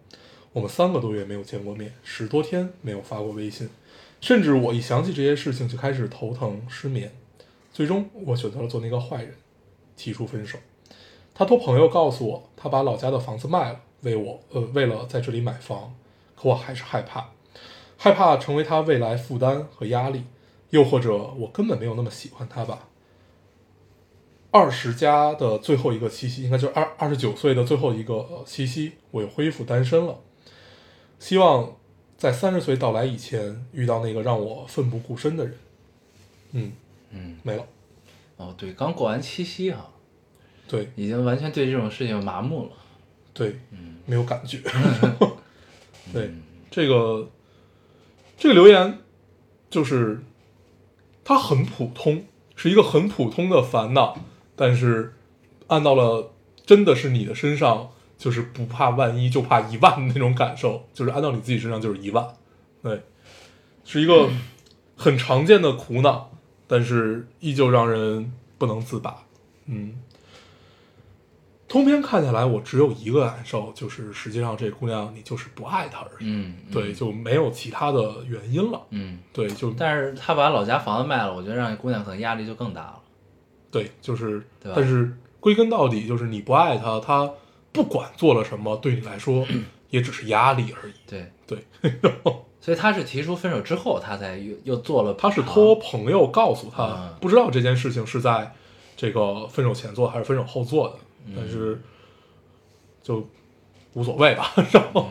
Speaker 3: 我们三个多月没有见过面，十多天没有发过微信，甚至我一想起这些事情就开始头疼、失眠，最终我选择了做那个坏人，提出分手。他托朋友告诉我，他把老家的房子卖了，为我呃为了在这里买房，可我还是害怕，害怕成为他未来负担和压力，又或者我根本没有那么喜欢他吧。二十加的最后一个七夕，应该就是二二十九岁的最后一个呃七夕，我又恢复单身了。希望在三十岁到来以前遇到那个让我奋不顾身的人。嗯，
Speaker 1: 嗯，
Speaker 3: 没了。
Speaker 1: 哦，对，刚过完七夕哈、
Speaker 3: 对
Speaker 1: 已经完全对这种事情麻木了。
Speaker 3: 对，
Speaker 1: 嗯
Speaker 3: 没有感觉。对，这个这个留言就是它很普通，是一个很普通的烦恼，但是按到了真的是你的身上，就是不怕万一，就怕一万的那种感受，就是按到你自己身上就是一万。对，是一个很常见的苦恼，但是依旧让人不能自拔。嗯。通篇看下来，我只有一个感受，就是实际上这姑娘你就是不爱她而已。
Speaker 1: 嗯，嗯
Speaker 3: 对，，就没有其他的原因了。
Speaker 1: 嗯，
Speaker 3: 对，就
Speaker 1: 但是他把老家房子卖了，我觉得让姑娘可能压力就更大了。
Speaker 3: 对，就是，
Speaker 1: 对吧
Speaker 3: 但是归根到底就是你不爱他，他不管做了什么，对你 来说也只是压力而已。
Speaker 1: 对，
Speaker 3: 对，
Speaker 1: 所以他是提出分手之后，他才又又做了，
Speaker 3: 他是托朋友告诉他
Speaker 1: 啊，
Speaker 3: 不知道这件事情是在这个分手前做还是分手后做的，但是就无所谓吧。然后，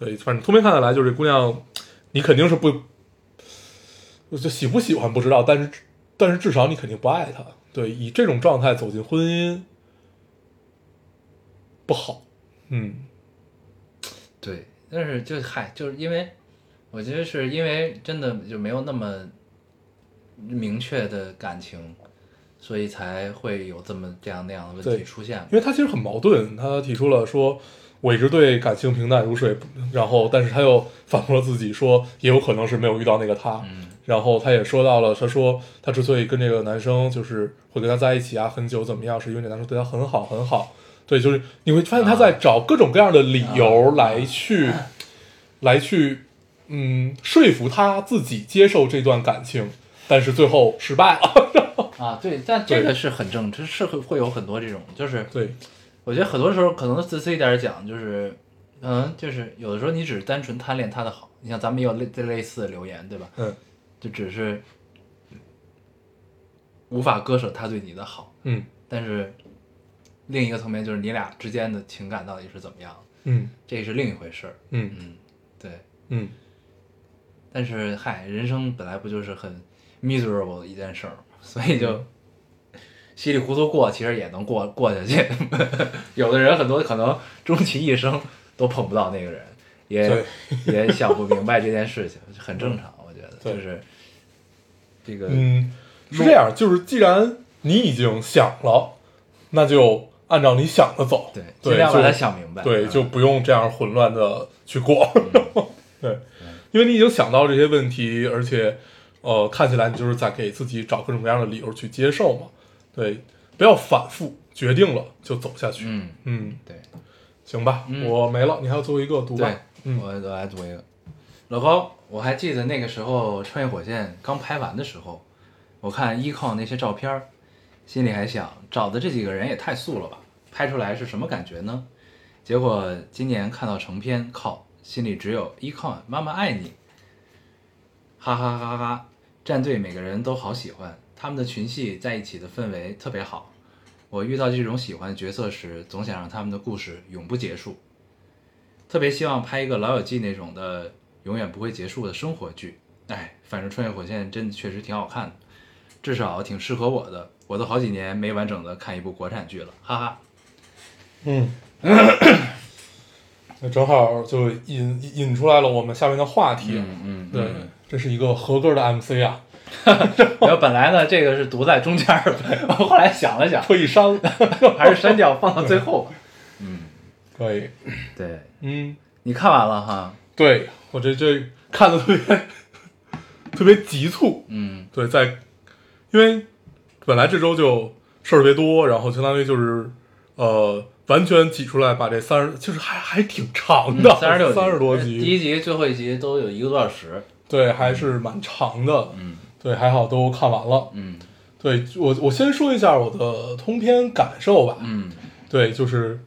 Speaker 3: 对，反正通篇看下来，就是这姑娘，你肯定是不就喜不喜欢不知道，但是但是至少你肯定不爱她。对，以这种状态走进婚姻不好。嗯，
Speaker 1: 对，但是就嗨，就是因为我觉得是因为真的就没有那么明确的感情，所以才会有这么这样那样的问
Speaker 3: 对
Speaker 1: 题出现。
Speaker 3: 因为他其实很矛盾，他提出了说，我一直对感情平淡如水，然后但是他又反驳了自己说，也有可能是没有遇到那个他。
Speaker 1: 嗯
Speaker 3: 然后他也说到了，他说他之所以跟这个男生就是会跟他在一起啊，很久怎么样，是因为这男生对他很好很好。对，就是你会发现他在找各种各样的理由来去，来去，嗯，说服他自己接受这段感情，但是最后失败了。
Speaker 1: 啊，对，但这个
Speaker 3: 对
Speaker 1: 是很正，这是会会有很多这种，就是
Speaker 3: 对，
Speaker 1: 我觉得很多时候可能自私一点儿讲，就是，嗯，就是有的时候你只是单纯贪恋他的好，你像咱们也有类这类似的留言，对吧？
Speaker 3: 嗯
Speaker 1: 就只是无法割舍他对你的好，
Speaker 3: 嗯
Speaker 1: 但是另一个层面就是你俩之间的情感到底是怎么样，
Speaker 3: 嗯
Speaker 1: 这是另一回事儿。
Speaker 3: 嗯
Speaker 1: 嗯，对。
Speaker 3: 嗯，
Speaker 1: 但是嗨，人生本来不就是很 miserable 的一件事儿吗，所以
Speaker 3: 嗯
Speaker 1: 就稀里糊涂过，其实也能过过下去。 有的人很多可能终其一生都碰不到那个人，也
Speaker 3: 对
Speaker 1: 也想不明白这件事情，很正常，我觉得
Speaker 3: 对
Speaker 1: 就是这个
Speaker 3: 嗯，是这样，就是既然你已经想了，那就按照你想的走，
Speaker 1: 对，
Speaker 3: 对，
Speaker 1: 尽量把它
Speaker 3: 就
Speaker 1: 想明白。
Speaker 3: 对，
Speaker 1: 嗯
Speaker 3: 就不用这样混乱的去过， 对，
Speaker 1: 嗯
Speaker 3: 因为你已经想到这些问题，而且呃，看起来你就是在给自己找各种各样的理由去接受嘛，对，不要反复决定了就走下去，
Speaker 1: 嗯，
Speaker 3: 嗯，
Speaker 1: 对。
Speaker 3: 行吧，
Speaker 1: 嗯
Speaker 3: 我没了，你还有最后一个读吧
Speaker 1: 对，，
Speaker 3: 嗯
Speaker 1: 我我来读一个。老高，我还记得那个时候《穿越火线》刚拍完的时候，我看 econ 那些照片儿，心里还想找的这几个人也太素了吧，拍出来是什么感觉呢？结果今年看到成片，靠，心里只有 econ 妈妈爱你，哈哈哈哈！战队每个人都好喜欢，他们的群戏在一起的氛围特别好。我遇到这种喜欢的角色时，总想让他们的故事永不结束。特别希望拍一个《老友记》那种的永远不会结束的生活剧。哎，反正《穿越火线》真的确实挺好看的，至少挺适合我的。我都好几年没完整的看一部国产剧了，哈哈。
Speaker 3: 嗯， 那正好就引引出来了我们下面的话题。
Speaker 1: 嗯
Speaker 3: 对，这是一个合格的 MC 啊，
Speaker 1: 然后本来呢，这个是读在中间儿 的，我后来想了想，
Speaker 3: 特意删 了。
Speaker 1: 还是删掉放到最 后。
Speaker 3: 可以，
Speaker 1: 对，
Speaker 3: 嗯，
Speaker 1: 你看完了哈？
Speaker 3: 对我这这看的特别特别急促。
Speaker 1: 嗯
Speaker 3: 对，在因为本来这周就事儿特别多，然后相当于就是呃完全挤出来把这三十，就是还还挺长的，
Speaker 1: 嗯三十六
Speaker 3: 三十多
Speaker 1: 第一
Speaker 3: 集。
Speaker 1: 集、最后一集都有一个多小时。
Speaker 3: 对，还是蛮长的，
Speaker 1: 嗯
Speaker 3: 对，还好都看完了。
Speaker 1: 嗯
Speaker 3: 对我，我先说一下我的通篇感受吧。
Speaker 1: 嗯
Speaker 3: 对，就是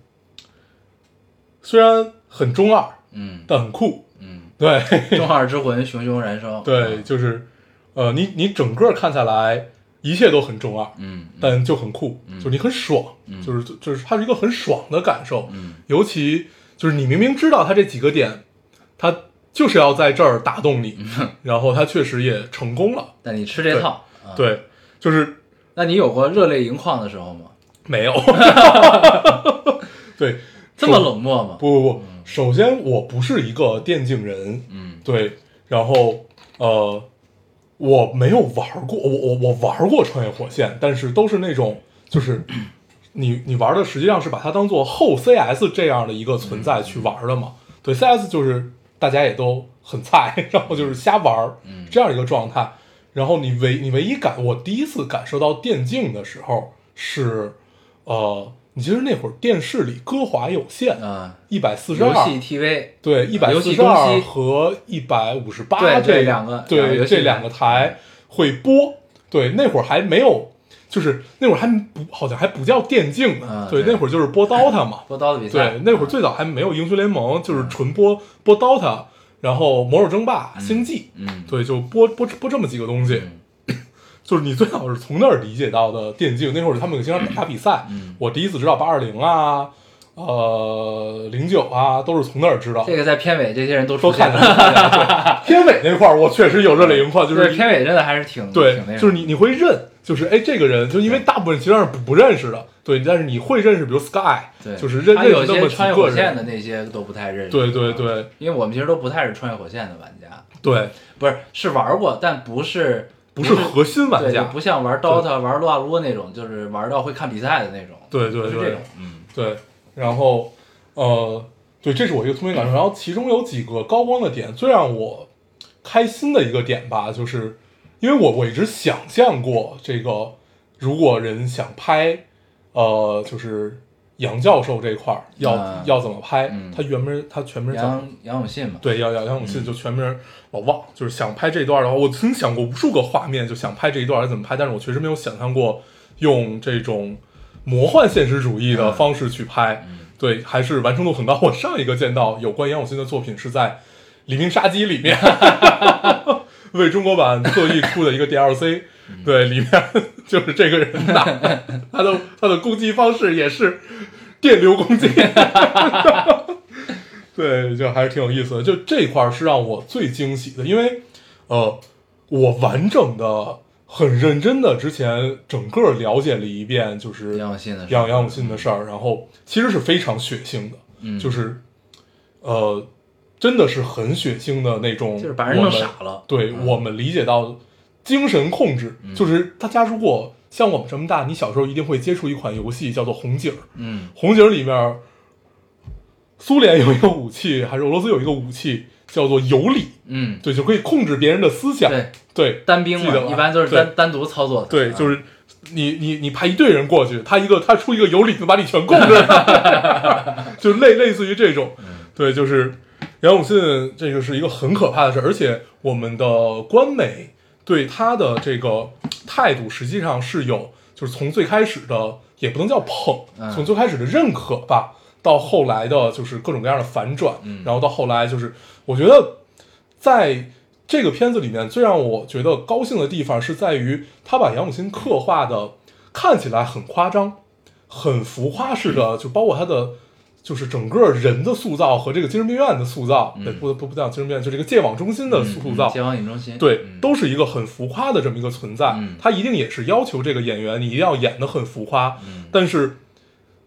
Speaker 3: 虽然很中二，
Speaker 1: 嗯
Speaker 3: 但很酷。
Speaker 1: 嗯，
Speaker 3: 对，
Speaker 1: 中二之魂熊熊燃烧，
Speaker 3: 对，就是呃，你你整个看下来，一切都很中二，
Speaker 1: 嗯，嗯
Speaker 3: 但就很酷，就是你很爽，
Speaker 1: 嗯
Speaker 3: 就是就是它是一个很爽的感受。
Speaker 1: 嗯
Speaker 3: 尤其就是你明明知道它这几个点，它就是要在这儿打动
Speaker 1: 嗯
Speaker 3: 你，然后它确实也成功了。
Speaker 1: 但你吃这套，啊，
Speaker 3: 对，就是
Speaker 1: 那你有过热泪盈眶的时候吗？
Speaker 3: 没 有。对，
Speaker 1: 这么冷漠吗？
Speaker 3: 不不不，首先我不是一个电竞 人，
Speaker 1: 嗯
Speaker 3: 对，然后呃，我没有玩过，我我我玩过穿越火线，但是都是那种就是你你玩的实际上是把它当做后 CS 这样的一个存在去玩的嘛。对，CS 就是大家也都很菜， 然后就是瞎玩儿
Speaker 1: 嗯
Speaker 3: 这样一个状态。然后你唯你唯一感我第一次感受到电竞的时候是，呃，你其实那会儿电视里歌华有线
Speaker 1: 啊，
Speaker 3: 一百四十
Speaker 1: 游
Speaker 3: 二
Speaker 1: 戏 TV，
Speaker 3: 对，一百
Speaker 1: 嗯游
Speaker 3: 四
Speaker 1: 戏
Speaker 3: 十
Speaker 1: 中
Speaker 3: 二
Speaker 1: 心
Speaker 3: 和一百五十八，
Speaker 1: 对
Speaker 3: 这
Speaker 1: 这两个两个
Speaker 3: 对
Speaker 1: 游戏
Speaker 3: 这两个台会播。对，那会儿还没有，就是那会儿还不好像还不叫电竞呢
Speaker 1: 啊。
Speaker 3: 对，
Speaker 1: 对
Speaker 3: 那会儿就是 播 DOTA 嘛。
Speaker 1: 播刀的比赛，
Speaker 3: 对，那会儿最早还没有英雄联盟，就是纯播播 DOTA，然后魔兽争霸、星际，
Speaker 1: 嗯
Speaker 3: 对，就播播播这么几个东西。 就是你最好是从那儿理解到的电竞。那会儿他们 有经常打比赛，
Speaker 1: 嗯
Speaker 3: 我第一次知道八二零啊，呃，零九啊，都是从那儿知道。
Speaker 1: 这个在片尾这些人都
Speaker 3: 都
Speaker 1: 出现
Speaker 3: 看
Speaker 1: 了
Speaker 3: 见，了。对 片尾那块儿，我确实有热泪盈眶，就
Speaker 1: 对
Speaker 3: 是
Speaker 1: 片尾真的还是挺挺那
Speaker 3: 对，
Speaker 1: 个，
Speaker 3: 就是你你会认，就是哎，这个人就因为大部分人其实上是不认识的，对，但是你会认识，比如 Sky，
Speaker 1: 对，
Speaker 3: 就是认
Speaker 1: 他
Speaker 3: 认
Speaker 1: 有
Speaker 3: 识那
Speaker 1: 些
Speaker 3: 么几
Speaker 1: 穿越
Speaker 3: 个
Speaker 1: 火线的
Speaker 3: 人，
Speaker 1: 那些都不太认识，
Speaker 3: 对对
Speaker 1: 啊
Speaker 3: 对
Speaker 1: 因为我们其实都不太是穿越火线的玩家，
Speaker 3: 对，
Speaker 1: 不是是玩过，但不是
Speaker 3: 不是核心玩
Speaker 1: 对，就
Speaker 3: 家，
Speaker 1: 不像玩 DOTA、玩撸啊撸那种，就是玩到会看比赛的那种，
Speaker 3: 对对
Speaker 1: 不是
Speaker 3: 对
Speaker 1: 这种，嗯
Speaker 3: 对，然后呃，对，这是我一个聪明感受。然后其中有几个高光的点，最让我开心的一个点吧，就是因为我我一直想象过这个，如果人想拍，呃，就是杨教授这块儿要、
Speaker 1: 啊
Speaker 3: 要怎么拍，
Speaker 1: 嗯
Speaker 3: 他原名他全名叫。
Speaker 1: 杨杨永信嘛，
Speaker 3: 对，要要杨永信就全名老忘，就是想拍这一段的话，我曾经想过无数个画面，就想拍这一段怎么拍，但是我确实没有想象过用这种魔幻现实主义的方式去拍，对，还是完成度很高。我上一个见到有关杨永信的作品是在《黎明杀机》里面， 为中国版特意出的一个 DLC，对，里面 就是这个人打他的他的攻击方式也是电流攻击， 对，就还是挺有意思的。就这块儿是让我最惊喜的，因为呃，我完整的、很认真的之前整个了解了一遍，就是
Speaker 1: 杨永信的是
Speaker 3: 杨杨永信的事儿，然后其实是非常血腥的，
Speaker 1: 嗯
Speaker 3: 就是呃，真的是很血腥的那种，
Speaker 1: 就是把人弄
Speaker 3: 我们
Speaker 1: 傻了嗯
Speaker 3: 对、我们理解到精神控制，就是大家如果像我们这么大，你小时候一定会接触一款游戏叫做《红警》，
Speaker 1: 嗯
Speaker 3: 《红警》里面，苏联有一个武器，还是俄罗斯有一个武器叫做有理，
Speaker 1: 嗯，
Speaker 3: 对，就可以控制别人的思想，
Speaker 1: 对，
Speaker 3: 对
Speaker 1: 单兵
Speaker 3: 记
Speaker 1: 嘛
Speaker 3: 得，吧
Speaker 1: 一般都是
Speaker 3: 对
Speaker 1: 单单独操作的，
Speaker 3: 对，
Speaker 1: 啊
Speaker 3: 就是你你你派一队人过去，他一个他出一个有理能把你全控 制了，就类类似于这种，
Speaker 1: 嗯
Speaker 3: 对，就是杨永信这个是一个很可怕的事，而且我们的官媒对他的这个态度实际上是有，就是从最开始的也不能叫
Speaker 1: 嗯
Speaker 3: 捧，从最开始的认可吧，到后来的就是各种各样的反转，
Speaker 1: 嗯
Speaker 3: 然后到后来就是我觉得。在这个片子里面，最让我觉得高兴的地方是在于他把杨永信刻画的看起来很夸张、很浮夸式的，就包括他的就是整个人的塑造和这个精神病院的塑造，对不不不叫精神病院，就这个戒网中心的塑造，
Speaker 1: 嗯解放影中心，
Speaker 3: 对，
Speaker 1: 嗯
Speaker 3: 都是一个很浮夸的这么一个存在
Speaker 1: 嗯。
Speaker 3: 他一定也是要求这个演员你一定要演得很浮夸，但是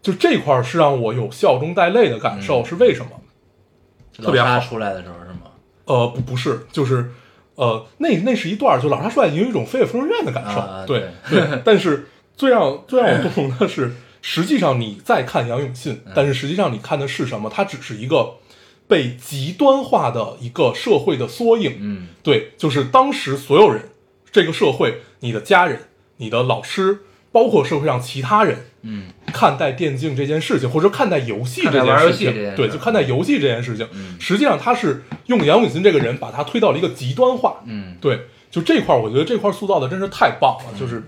Speaker 3: 就这块儿是让我有笑中带泪的感受，是为什么？特别
Speaker 1: 老沙
Speaker 3: 好
Speaker 1: 出来的时候是吗？
Speaker 3: 呃，不不是，就是呃，那那是一段儿，就老沙出来，你有一种飞越疯人院的感受，
Speaker 1: 啊
Speaker 3: 对对。但是最让最让我动容的是，实际上你在看杨永
Speaker 1: 嗯
Speaker 3: 信，但是实际上你看的是什么？它只是一个被极端化的一个社会的缩影，
Speaker 1: 嗯
Speaker 3: 对，就是当时所有人，这个社会，你的家人、你的老师、包括社会上其他人
Speaker 1: 嗯
Speaker 3: 看待电竞这件事情，或者说看待游戏这
Speaker 1: 看待玩
Speaker 3: 件
Speaker 1: 游
Speaker 3: 事
Speaker 1: 戏这件
Speaker 3: 情，
Speaker 1: 事
Speaker 3: 对，就看待游戏这件事情
Speaker 1: 嗯。
Speaker 3: 实际上，他是用杨永信这个人把他推到了一个极端化。
Speaker 1: 嗯，
Speaker 3: 对，就这块儿，我觉得这块儿塑造的真是太棒了，就是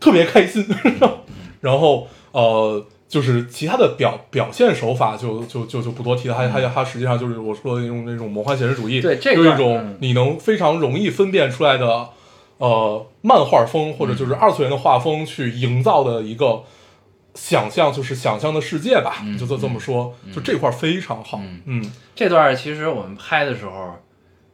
Speaker 3: 特别开心。 然后呃，就是其他的表表现手法就就就就不多提了，还还还实际上就是我说的那种那种魔幻现实主义，
Speaker 1: 对这
Speaker 3: 就
Speaker 1: 段
Speaker 3: 一
Speaker 1: 儿
Speaker 3: 种
Speaker 1: 嗯
Speaker 3: 你能非常容易分辨出来的呃漫画风或者
Speaker 1: 嗯
Speaker 3: 就是二次元的画风去营造的一个。想象就是想象的世界吧，
Speaker 1: 嗯
Speaker 3: 就这这么说，就这块儿非常好，
Speaker 1: 嗯
Speaker 3: 嗯
Speaker 1: 这段儿其实我们拍的时候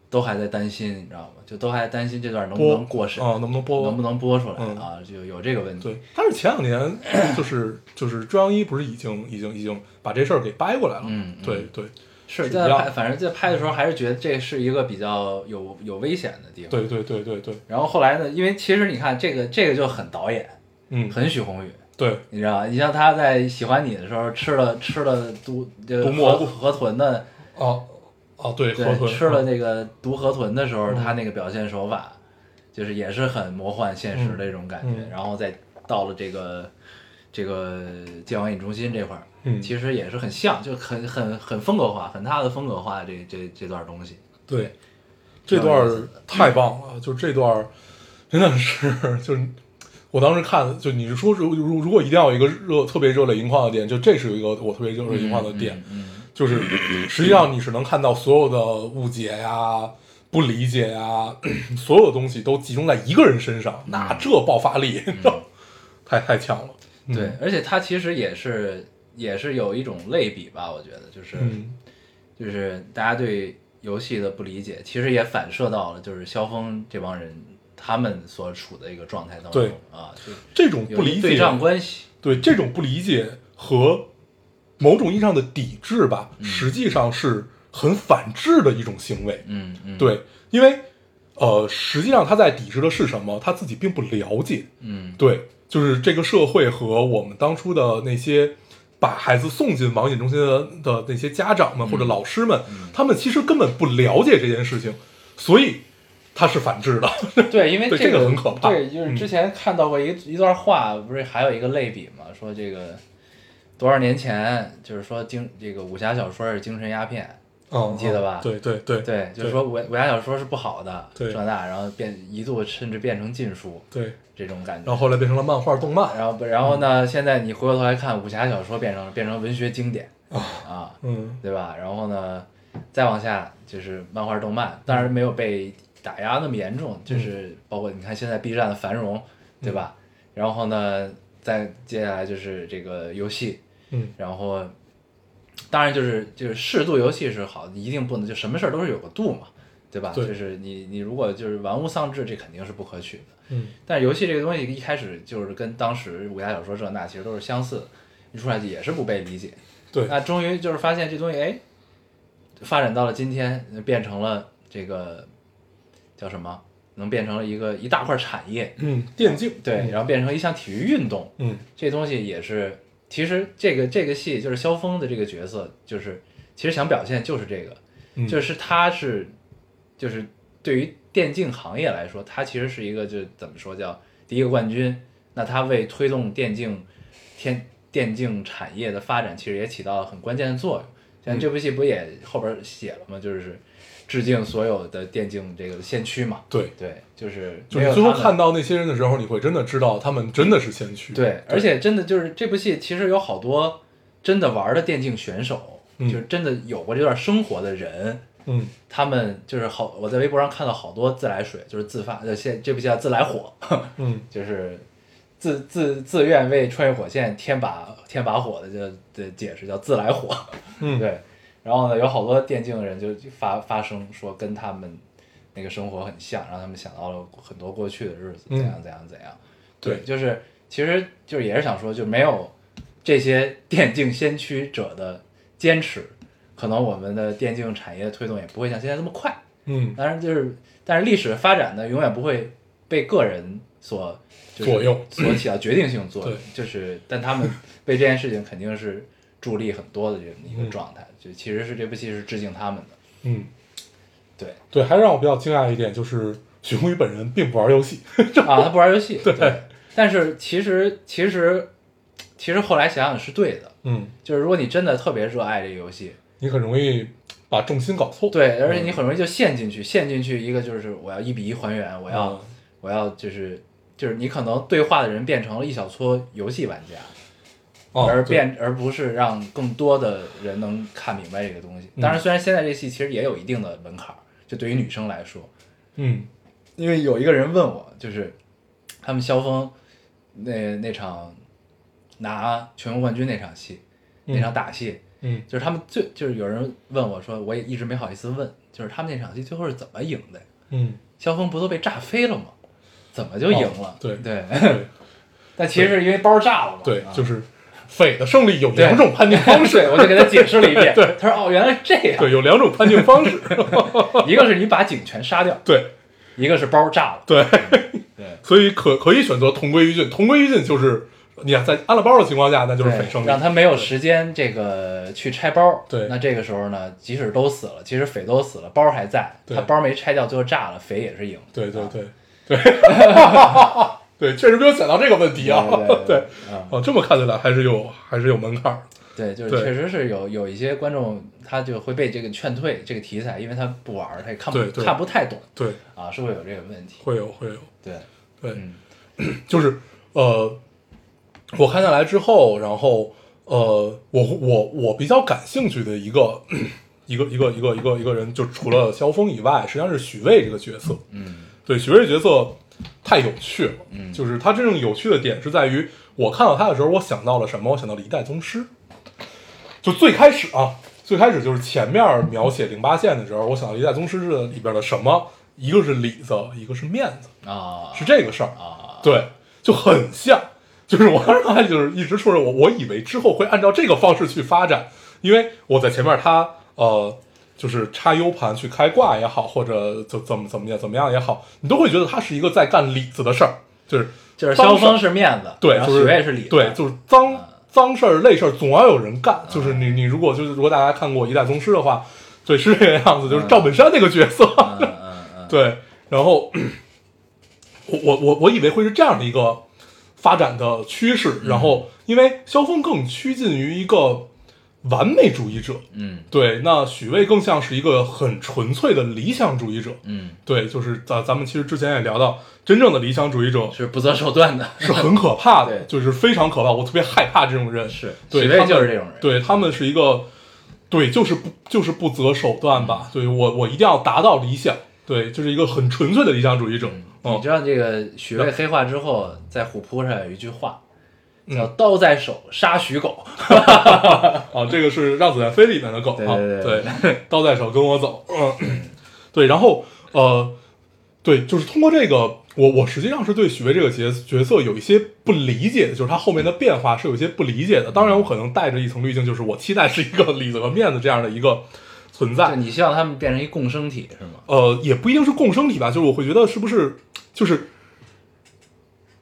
Speaker 1: 都还在担心，你知道吗？就都还在担心这段能不
Speaker 3: 播
Speaker 1: 能过审，
Speaker 3: 啊，能不能播？
Speaker 1: 能不能播出来、
Speaker 3: 嗯
Speaker 1: 啊？就有这个问题。
Speaker 3: 对，但是前两年就是就是中央一不是已经已经已经把这事儿给掰过来了吗？
Speaker 1: 嗯嗯
Speaker 3: 对对
Speaker 1: 是
Speaker 3: 是
Speaker 1: 在
Speaker 3: 一样
Speaker 1: 拍，反正在拍的时候还是觉得这是一个比较有有危险的地方。。
Speaker 3: 对对对对对，
Speaker 1: 然后后来呢，因为其实你看这个这个就很导演，
Speaker 3: 嗯，
Speaker 1: 很许宏宇，
Speaker 3: 对
Speaker 1: 你知道吧？你像他在喜欢你的时候吃了吃了毒这
Speaker 3: 毒
Speaker 1: 个
Speaker 3: 蘑
Speaker 1: 河
Speaker 3: 菇
Speaker 1: 河豚的，
Speaker 3: 哦哦对，河
Speaker 1: 对，
Speaker 3: 豚
Speaker 1: 吃了
Speaker 3: 嗯
Speaker 1: 那个毒河豚的时候，
Speaker 3: 嗯
Speaker 1: 他那个表现手法就是也是很魔幻现实的一种感觉。
Speaker 3: 嗯嗯
Speaker 1: 然后再到了这个这个剑网瘾中心这块儿，
Speaker 3: 嗯
Speaker 1: 其实也是很像，就很很很风格化，很他的风格化这这这段东西。
Speaker 3: 对，这段儿太棒了，就这段儿真的是就是。我当时看，就你说如如如果一定要有一个热特别热泪盈眶的点，就这是一个我特别热泪盈眶的点，
Speaker 1: 嗯，
Speaker 3: 就是 实际上你是能看到所有的误解呀、不理解呀、 所有的东西都集中在一个人身上，
Speaker 1: 嗯
Speaker 3: 那这爆发力， 太太强了。嗯
Speaker 1: 对，，而且他其实也是也是有一种类比吧，我觉得就是、
Speaker 3: 嗯，
Speaker 1: 就是大家对游戏的不理解，其实也反射到了就是萧峰这帮人他们所处的一个状态当中
Speaker 3: 对
Speaker 1: 啊，就
Speaker 3: 这种
Speaker 1: 有
Speaker 3: 不
Speaker 1: 一个
Speaker 3: 理
Speaker 1: 对
Speaker 3: 解，
Speaker 1: 仗关系，
Speaker 3: 对这种不理解和某种意义上的抵制吧，
Speaker 1: 嗯
Speaker 3: 实际上是很反制的一种行为。
Speaker 1: 嗯嗯，，
Speaker 3: 对，因为呃，实际上他在抵制的是什么，他自己并不了解。
Speaker 1: 嗯
Speaker 3: 对，就是这个社会和我们当初的那些把孩子送进网瘾中心的的那些家长们
Speaker 1: 嗯
Speaker 3: 或者老师们，他们其实根本不了解这件事情，所以他是反制的。
Speaker 1: 对，因为
Speaker 3: 对
Speaker 1: 这
Speaker 3: 这个很可怕嗯
Speaker 1: 对，就是之前看到过一、一段话，不是还有一个类比嘛，说这个多少年前就是说精这个武侠小说是精神鸦片，
Speaker 3: 嗯，
Speaker 1: 你记得吧
Speaker 3: 对对对
Speaker 1: 对，就是说武武侠小说是不好的，
Speaker 3: 对
Speaker 1: 这那，然后变一度甚至变成禁书
Speaker 3: 对，
Speaker 1: 这种感觉
Speaker 3: 然后。后来变成了漫画动漫。
Speaker 1: 然后不，然后呢？现在你回过头来看武侠小说，变成变成文学经典
Speaker 3: 哦
Speaker 1: 啊，
Speaker 3: 嗯，
Speaker 1: 对吧？然后呢，再往下就是漫画、动漫，当然没有被打压那么严重，就是包括你看现在 B 站的繁荣，对吧？
Speaker 3: 嗯
Speaker 1: 然后呢，再接下来就是这个游戏，
Speaker 3: 嗯，
Speaker 1: 然后当然就是就是适度游戏是好的，一定不能就什么事儿都是有个度嘛，对吧？
Speaker 3: 对
Speaker 1: 就是你你如果就是玩物丧志，这肯定是不可取的。
Speaker 3: 嗯，
Speaker 1: 但是游戏这个东西一开始就是跟当时武侠小说这那其实都是相似的，一出来也是不被理解。
Speaker 3: 对，
Speaker 1: 那终于就是发现这东西，哎，发展到了今天，呃变成了这个叫什么？能变成了一个一大块产业，
Speaker 3: 嗯，电竞，
Speaker 1: 对，然后变成一项体育运动，
Speaker 3: 嗯，
Speaker 1: 这东西也是，其实这个这个戏就是萧峰的这个角色，就是其实想表现就是这个，
Speaker 3: 嗯
Speaker 1: 就是他是，就是对于电竞行业来说，他其实是一个就怎么说叫第一个冠军，那他为推动电竞天电竞产业的发展，其实也起到了很关键的作用。
Speaker 3: 嗯
Speaker 1: 像这部戏不也后边写了吗？就是致敬所有的电竞这个先驱嘛。
Speaker 3: 对，
Speaker 1: 对，就是
Speaker 3: 就
Speaker 1: 没
Speaker 3: 是
Speaker 1: 有
Speaker 3: 最后
Speaker 1: 他们
Speaker 3: 看到那些人的时候，你会真的知道他们真的是先驱。
Speaker 1: 对，而且真的就是这部戏，其实有好多真的玩的电竞选手，
Speaker 3: 嗯
Speaker 1: 就是真的有过这段生活的人，
Speaker 3: 嗯，
Speaker 1: 他们就是好，我在微博上看到好多自来水，就是自发，呃，现这部戏叫自来火，
Speaker 3: 嗯，
Speaker 1: 就是自自自愿为穿越火线添把添把火的，就的解释叫自来火，
Speaker 3: 嗯
Speaker 1: 对。然后呢，有好多电竞的人就就发发声说跟他们那个生活很像，让他们想到了很多过去的日子，
Speaker 3: 嗯
Speaker 1: 怎样怎样怎样。
Speaker 3: 对
Speaker 1: 就是其实就是也是想说，就没有这些电竞先驱者的坚持，可能我们的电竞产业的推动也不会像现在这么快。
Speaker 3: 嗯，
Speaker 1: 当然就是，但是历史发展呢，永远不会被个人所、就是
Speaker 3: 左右
Speaker 1: 所起到决定性作用
Speaker 3: 对。
Speaker 1: 就是，但他们为这件事情肯定是助力很多的这么一个状态。就其实是这部戏是致敬他们的。
Speaker 3: 嗯，
Speaker 1: 对
Speaker 3: 对，还让我比较惊讶一点就是，许宏宇本人并不玩游戏。
Speaker 1: 啊，他不玩游戏，对，但是其实其实其实后来想想是对的，
Speaker 3: 嗯，
Speaker 1: 就是如果你真的特别热爱这个游戏，
Speaker 3: 你很容易把重心搞错。
Speaker 1: 对，而且你很容易就陷进去，陷进去一个就是我要一比一还原，我
Speaker 3: 嗯，
Speaker 1: 要、我要就是就是你可能对话的人变成了一小撮游戏玩家，
Speaker 3: 哦
Speaker 1: 而
Speaker 3: 对
Speaker 1: 变而不是让更多的人能看明白这个东西。
Speaker 3: 嗯
Speaker 1: 当然，虽然现在这戏其实也有一定的门槛儿，就对于女生来说，
Speaker 3: 嗯
Speaker 1: 因为有一个人问我，就是他们萧峰那那场拿全国冠军那场戏，
Speaker 3: 嗯
Speaker 1: 那场打戏，
Speaker 3: 嗯
Speaker 1: 就是他们最就是有人问我说，我也一直没好意思问，就是他们那场戏最后是怎么赢的呀？
Speaker 3: 嗯，
Speaker 1: 萧峰不都被炸飞了吗？怎么就赢了？
Speaker 3: 哦对
Speaker 1: 对，
Speaker 3: 对
Speaker 1: 但其实是因为包炸了嘛。
Speaker 3: 对，
Speaker 1: 啊
Speaker 3: 就是匪的胜利有 两种判定方
Speaker 1: 风
Speaker 3: 式，
Speaker 1: 水，我就给他解释了一遍。
Speaker 3: 对
Speaker 1: 他说：“哦，原来是这样。
Speaker 3: 对，有两种判定方 式，
Speaker 1: 一个是你把警全杀掉，
Speaker 3: 对
Speaker 1: 一个是包炸了。
Speaker 3: 对，
Speaker 1: 嗯对，
Speaker 3: 所以可可以选择同归于尽，同归于尽就是你看在安了包的情况下，那就是匪
Speaker 1: 对，
Speaker 3: 胜利，
Speaker 1: 让他没有时间这个去拆包。
Speaker 3: 对
Speaker 1: 那这个时候呢，即使都死了，即使匪都死了，包还在，
Speaker 3: 对
Speaker 1: 他包没拆掉，最后炸了，匪也是赢。
Speaker 3: 对对
Speaker 1: 啊
Speaker 3: 对对， 对，确实没有想到这个问题啊，
Speaker 1: 对对 对嗯
Speaker 3: 哦，这么看起来还是有还是有门槛儿的，
Speaker 1: 对，就是
Speaker 3: 对
Speaker 1: 确实是有有一些观众他就会被这个劝退这个题材，因为他不玩儿，他也看
Speaker 3: 对
Speaker 1: 不
Speaker 3: 对
Speaker 1: 看不太懂
Speaker 3: 对，
Speaker 1: 啊，是会有这个问题。
Speaker 3: 会有会有，
Speaker 1: 对，
Speaker 3: 对，
Speaker 1: 嗯
Speaker 3: 就是呃，我看下来之后，然后呃，我我我比较感兴趣的一个 一个一个一个一个一个人，就除了萧峰以外，实际上是许巍这个角色。
Speaker 1: 嗯
Speaker 3: 对，许巍这角色太有趣了，
Speaker 1: 嗯
Speaker 3: 就是他真正有趣的点是在于，我看到他的时候，我想到了什么？我想到了一代宗师。就最开始啊，最开始就是前面描写零八线的时候，我想到一代宗师是里边的什么？一个是里子，一个是面子，
Speaker 1: 啊
Speaker 3: 是这个事儿。
Speaker 1: 啊，
Speaker 3: 对，就很像， 就是我当时看就是一直说着我，我以为之后会按照这个方式去发展，因为我在前面他呃就是插 U 盘去开挂也好，或者就怎么怎么样怎么样也好，你都会觉得他是一个在干里子的事儿，就是
Speaker 1: 就是
Speaker 3: 当
Speaker 1: 萧
Speaker 3: 事儿
Speaker 1: 峰是面子，
Speaker 3: 对，
Speaker 1: 然
Speaker 3: 就
Speaker 1: 后
Speaker 3: 是
Speaker 1: 许巍是里子，
Speaker 3: 对，就是脏
Speaker 1: 嗯
Speaker 3: 脏事儿、累事儿总要有人干。就是你你如果就是如果大家看过《一代宗师》的话，对，是这个样子，就是赵本山那个角色，
Speaker 1: 嗯嗯嗯，
Speaker 3: 对，然后我我我我以为会是这样的一个发展的趋势，
Speaker 1: 嗯
Speaker 3: 然后因为萧峰更趋近于一个完美主义者，
Speaker 1: 嗯
Speaker 3: 对，那许巍更像是一个很纯粹的理想主义者，
Speaker 1: 嗯，
Speaker 3: 对，就是咱咱们其实之前也聊到，真正的理想主义者
Speaker 1: 嗯是不择手段的，
Speaker 3: 是很可怕的，
Speaker 1: 对
Speaker 3: 就是非常可怕，我特别害怕这种 人，
Speaker 1: 是
Speaker 3: 对，
Speaker 1: 许巍
Speaker 3: 他们
Speaker 1: 就是这种人
Speaker 3: 对他们是一个，对，就是不就是不择手段吧，对我我一定要达到理想，对，就是一个很纯粹的理想主义者，
Speaker 1: 你
Speaker 3: 嗯
Speaker 1: 知道这个许巍黑化之后，在虎扑上有一句话叫
Speaker 3: 嗯
Speaker 1: “刀在手，杀许狗
Speaker 3: 啊，这个是《让子弹飞》里面的梗
Speaker 1: 对
Speaker 3: 啊，
Speaker 1: 对对
Speaker 3: 对， 刀在手跟我走，嗯，对，然后呃，对，就是通过这个，我我实际上是对许巍这个角角色有一些不理解的，就是他后面的变化是有一些不理解的。当然，我可能带着一层滤镜，就是我期待是一个 里子和面子这样的一个存”，在
Speaker 1: 就。你希望他们变成一共生体是吗？
Speaker 3: 呃，也不一定是共生体吧，就是我会觉得是不是就是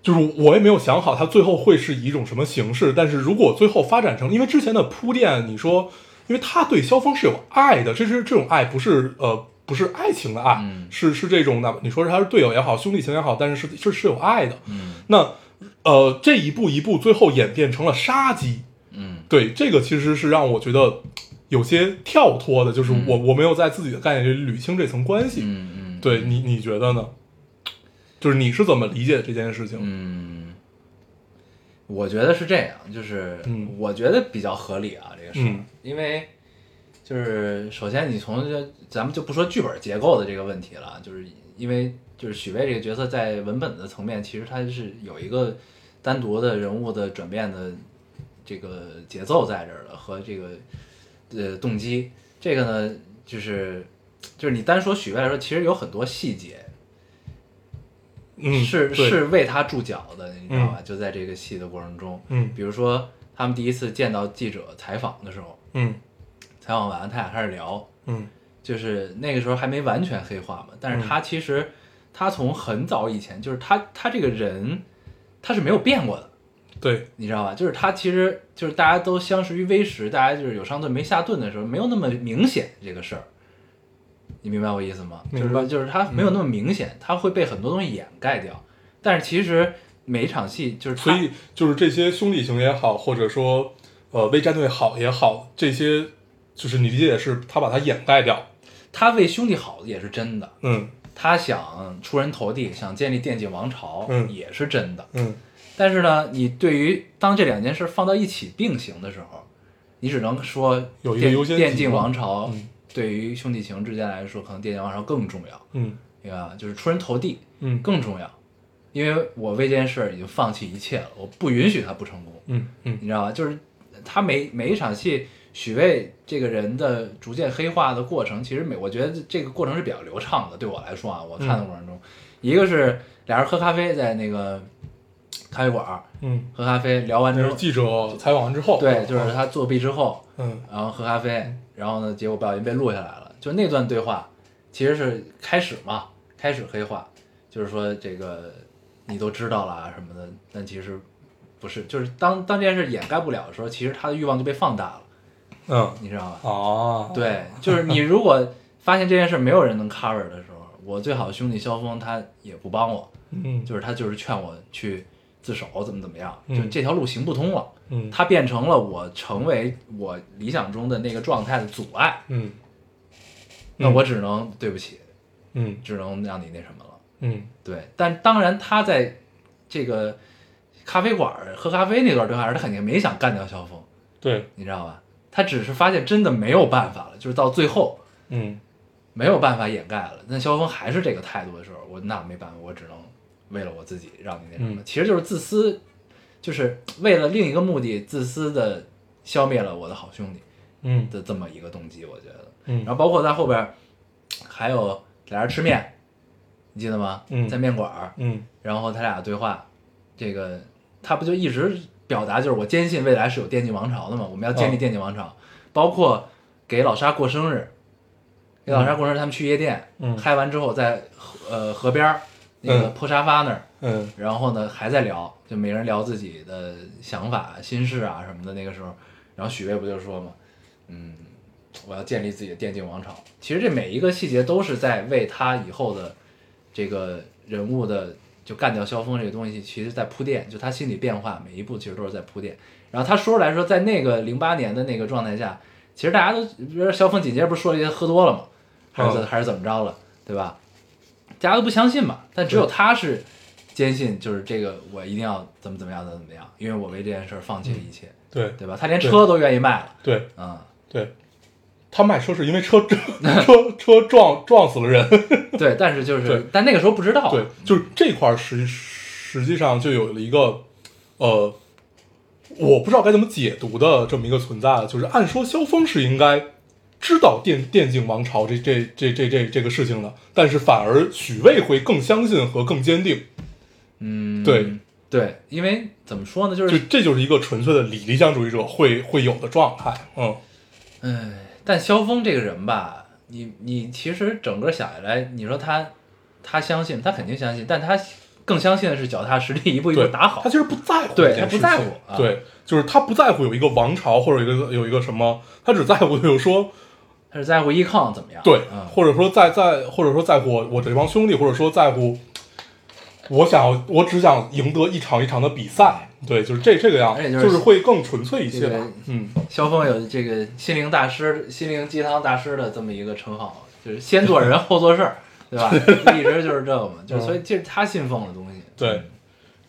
Speaker 3: 就是我也没有想好它最后会是以一种什么形式，但是如果最后发展成，因为之前的铺垫，你说，因为他对萧峰是有爱的，这是这种爱不是呃不是爱情的爱，
Speaker 1: 嗯
Speaker 3: 是是这种哪怕你说是他是队友也好，兄弟情也好，但是是是是有爱的。
Speaker 1: 嗯
Speaker 3: 那呃这一步一步最后演变成了杀机，
Speaker 1: 嗯
Speaker 3: 对，这个其实是让我觉得有些跳脱的，就是我、我没有在自己的概念里捋清这层关系。
Speaker 1: 嗯嗯，
Speaker 3: 对你，你觉得呢？就是你是怎么理解这件事情？
Speaker 1: 嗯，我觉得是这样，就是
Speaker 3: 嗯
Speaker 1: 我觉得比较合理啊，这个事儿
Speaker 3: 嗯，
Speaker 1: 因为就是首先你从这咱们就不说剧本结构的这个问题了，就是因为就是许巍这个角色在文本的层面，其实他是有一个单独的人物的转变的这个节奏在这儿的和这个呃动机，这个呢就是就是你单说许巍来说，其实有很多细节，
Speaker 3: 嗯，
Speaker 1: 是
Speaker 3: 对，
Speaker 1: 是为他注脚的，你知道吧？就在这个戏的过程中，
Speaker 3: 嗯
Speaker 1: 比如说他们第一次见到记者采访的时候，
Speaker 3: 嗯
Speaker 1: 采访完他俩开始聊，
Speaker 3: 嗯
Speaker 1: 就是那个时候还没完全黑化嘛，但是他其实、他从很早以前就是他他这个人他是没有变过的，
Speaker 3: 对，
Speaker 1: 你知道吧？就是他其实就是大家都相识于微时，大家就是有上顿没下顿的时候，没有那么明显这个事儿。你明白我意思吗？就
Speaker 3: 明白
Speaker 1: 是说就是他没有那么明显，他会被很多东西掩盖掉。但是其实每一场戏就是
Speaker 3: 所
Speaker 1: 他
Speaker 3: 以就是这些兄弟情也好，或者说呃为战队好也好，这些就是你理解是他把它掩盖掉，
Speaker 1: 他为兄弟好也是真的，
Speaker 3: 嗯
Speaker 1: 他想出人头地，想建立电竞王朝、
Speaker 3: 嗯
Speaker 1: 也是真的。
Speaker 3: 嗯，
Speaker 1: 但是呢，你对于当这两件事放到一起并行的时候，你只能说
Speaker 3: 有一个
Speaker 1: 电
Speaker 3: 优先级
Speaker 1: 电竞
Speaker 3: 嘛
Speaker 1: 王朝
Speaker 3: 嗯
Speaker 1: 对于兄弟情之间来说，可能电竞王朝更重要，
Speaker 3: 嗯
Speaker 1: 对吧？就是出人头地
Speaker 3: 嗯
Speaker 1: 更重要，因为我为这件事已经放弃一切了，我不允许他不成功。
Speaker 3: 嗯嗯
Speaker 1: 你知道吧？就是他每每一场戏，许巍这个人的逐渐黑化的过程，其实每我觉得这个过程是比较流畅的。对我来说啊，我看的过程
Speaker 3: 嗯
Speaker 1: 中，一个是俩人喝咖啡在那个咖啡馆儿
Speaker 3: 嗯，
Speaker 1: 喝咖啡，聊完之
Speaker 3: 那是
Speaker 1: 后，
Speaker 3: 记者采访完之后，
Speaker 1: 对，就是他作弊之后，
Speaker 3: 嗯
Speaker 1: 然后喝咖啡，然后呢，结果不小心被录下来了。就那段对话，其实是开始嘛，开始黑化，就是说这个你都知道了啊什么的，但其实不是，就是当当这件事掩盖不了的时候，其实他的欲望就被放大了，
Speaker 3: 嗯
Speaker 1: 你知道吧？
Speaker 3: 啊，
Speaker 1: 对，就是你如果发现这件事没有人能 cover 的时候，我最好的兄弟萧峰他也不帮我，
Speaker 3: 嗯
Speaker 1: 就是他就是劝我去自首，怎么怎么样，就
Speaker 3: 嗯
Speaker 1: 这条路行不通了。
Speaker 3: 嗯
Speaker 1: 它变成了我成为我理想中的那个状态的阻碍，
Speaker 3: 嗯
Speaker 1: 那我只能对不起，
Speaker 3: 嗯
Speaker 1: 只能让你那什么了。
Speaker 3: 嗯
Speaker 1: 对，但当然他在这个咖啡馆儿喝咖啡那段对话时，他肯定没想干掉萧峰，
Speaker 3: 对，
Speaker 1: 你知道吧？他只是发现真的没有办法了，就是到最后
Speaker 3: 嗯
Speaker 1: 没有办法掩盖了。那萧峰还是这个态度的时候，我那没办法，我只能为了我自己让你那什么，
Speaker 3: 嗯
Speaker 1: 其实就是自私，就是为了另一个目的自私的消灭了我的好兄弟。
Speaker 3: 嗯
Speaker 1: 的这么一个动机，我觉得。
Speaker 3: 嗯
Speaker 1: 然后包括在后边儿还有俩人吃面，你记得吗？
Speaker 3: 嗯
Speaker 1: 在面馆儿，
Speaker 3: 嗯
Speaker 1: 然后他俩对话，这个他不就一直表达就是我坚信未来是有电竞王朝的嘛，我们要建立
Speaker 3: 哦
Speaker 1: 电竞王朝，包括给老沙过生日，给老沙过生日，他们去夜店，
Speaker 3: 嗯
Speaker 1: 嗨完之后在河呃河边儿那个
Speaker 3: 嗯
Speaker 1: 破沙发那儿，
Speaker 3: 嗯
Speaker 1: 然后呢还在聊，就每人聊自己的想法、心事啊什么的。那个时候，然后许巍不就说嘛，嗯，我要建立自己的电竞王朝。其实这每一个细节都是在为他以后的这个人物的就干掉萧峰这个东西，其实在铺垫，就他心理变化每一步其实都是在铺垫。然后他说来说，在那个零八年的那个状态下，其实大家都比如说萧峰紧接着不是说了一些喝多了嘛，还是怎、
Speaker 3: 嗯
Speaker 1: 还是怎么着了，对吧？大家都不相信嘛，但只有
Speaker 3: 对
Speaker 1: 他是坚信，就是这个我一定要怎么怎么样，怎么怎么样，因为我为这件事儿放弃了一切，
Speaker 3: 对
Speaker 1: 对吧？他连车都愿意卖了，
Speaker 3: 对
Speaker 1: 嗯，
Speaker 3: 对，他卖车是因为车车车撞撞死了人。
Speaker 1: 对，但是就是
Speaker 3: 对，
Speaker 1: 但那个时候不知道，
Speaker 3: 对，就是这块儿实实际上就有了一个，呃，我不知道该怎么解读的这么一个存在，就是按说萧峰是应该知道电电竞王朝这这这这这这个事情的，但是反而许巍会更相信和更坚定，
Speaker 1: 嗯，
Speaker 3: 对
Speaker 1: 对，因为怎么说呢，就，
Speaker 3: 就是这就是一个纯粹的理理想主义者会会有的状态，嗯
Speaker 1: 哎，但萧峰这个人吧，你你其实整个想下来，你说他他相信，他肯定相信，但他更相信的是脚踏实地，一步一步
Speaker 3: 对，
Speaker 1: 打好
Speaker 3: 他，其实不在乎
Speaker 1: 对
Speaker 3: 这件
Speaker 1: 他不
Speaker 3: 事
Speaker 1: 在
Speaker 3: 情
Speaker 1: 乎啊
Speaker 3: 对，就是他不在乎有一个王朝或者有一个有一个什么，他只在乎就是说
Speaker 1: 他是在乎 econ 怎么样，
Speaker 3: 对，
Speaker 1: 嗯，
Speaker 3: 或者说在在，或者说在乎我我这帮兄弟，或者说在乎我想要，我只想赢得一场一场的比赛，对，就是这这个
Speaker 1: 而
Speaker 3: 样子，
Speaker 1: 且就
Speaker 3: 嗯就是是会更纯粹一些
Speaker 1: 这个
Speaker 3: 吧。嗯，
Speaker 1: 萧峰有这个心灵大师、心灵鸡汤大师的这么一个称号，就是先做人 后做事儿，对吧？一直就是这个嘛，就是所以这是他信奉的东西。
Speaker 3: 嗯对，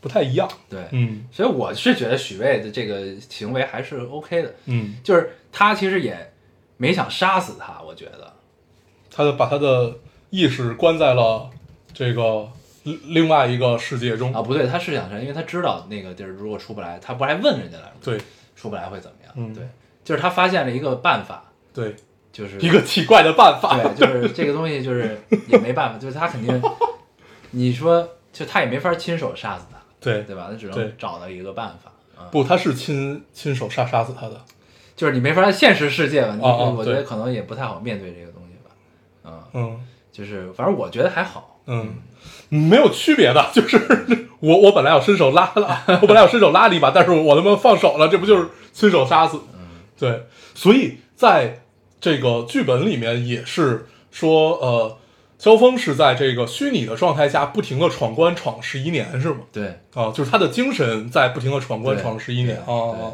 Speaker 3: 不太一样。
Speaker 1: 对，
Speaker 3: 嗯
Speaker 1: 所以我是觉得许巍的这个行为还是 OK 的，
Speaker 3: 嗯，
Speaker 1: 就是他其实也没想杀死他，我觉得
Speaker 3: 他就把他的意识关在了这个另另外一个世界中。
Speaker 1: 啊，不对，他是想杀，因为他知道那个地儿如果出不来，他不还问人家来着吗
Speaker 3: 对
Speaker 1: 出不来会怎么样？
Speaker 3: 嗯
Speaker 1: 对，就是他发现了一个办法，
Speaker 3: 对，
Speaker 1: 就是
Speaker 3: 一个奇怪的办法。
Speaker 1: 对，就是这个东西，就是也没办法，就是他肯定， 你说就他也没法亲手杀死他，
Speaker 3: 对
Speaker 1: 对吧？他只
Speaker 3: 对
Speaker 1: 能找到一个办法啊，
Speaker 3: 不，他是亲亲手杀杀死他的。
Speaker 1: 就是你没法现实世界吧，你
Speaker 3: 哦哦
Speaker 1: 我觉得
Speaker 3: 对
Speaker 1: 可能也不太好面对这个东西吧，嗯，
Speaker 3: 嗯。
Speaker 1: 就是反正我觉得还好，
Speaker 3: 嗯，没有区别的，就是 我我本来要伸手拉了，我本来要伸手拉你一把，但是我他妈放手了，这不就是亲手杀死？
Speaker 1: 嗯
Speaker 3: 对，所以在这个剧本里面也是说，呃，萧峰是在这个虚拟的状态下不停的闯关闯十一年是吗？
Speaker 1: 对
Speaker 3: 啊，就是他的精神在不停的闯关
Speaker 1: 对
Speaker 3: 闯十一年啊
Speaker 1: 对对
Speaker 3: 啊，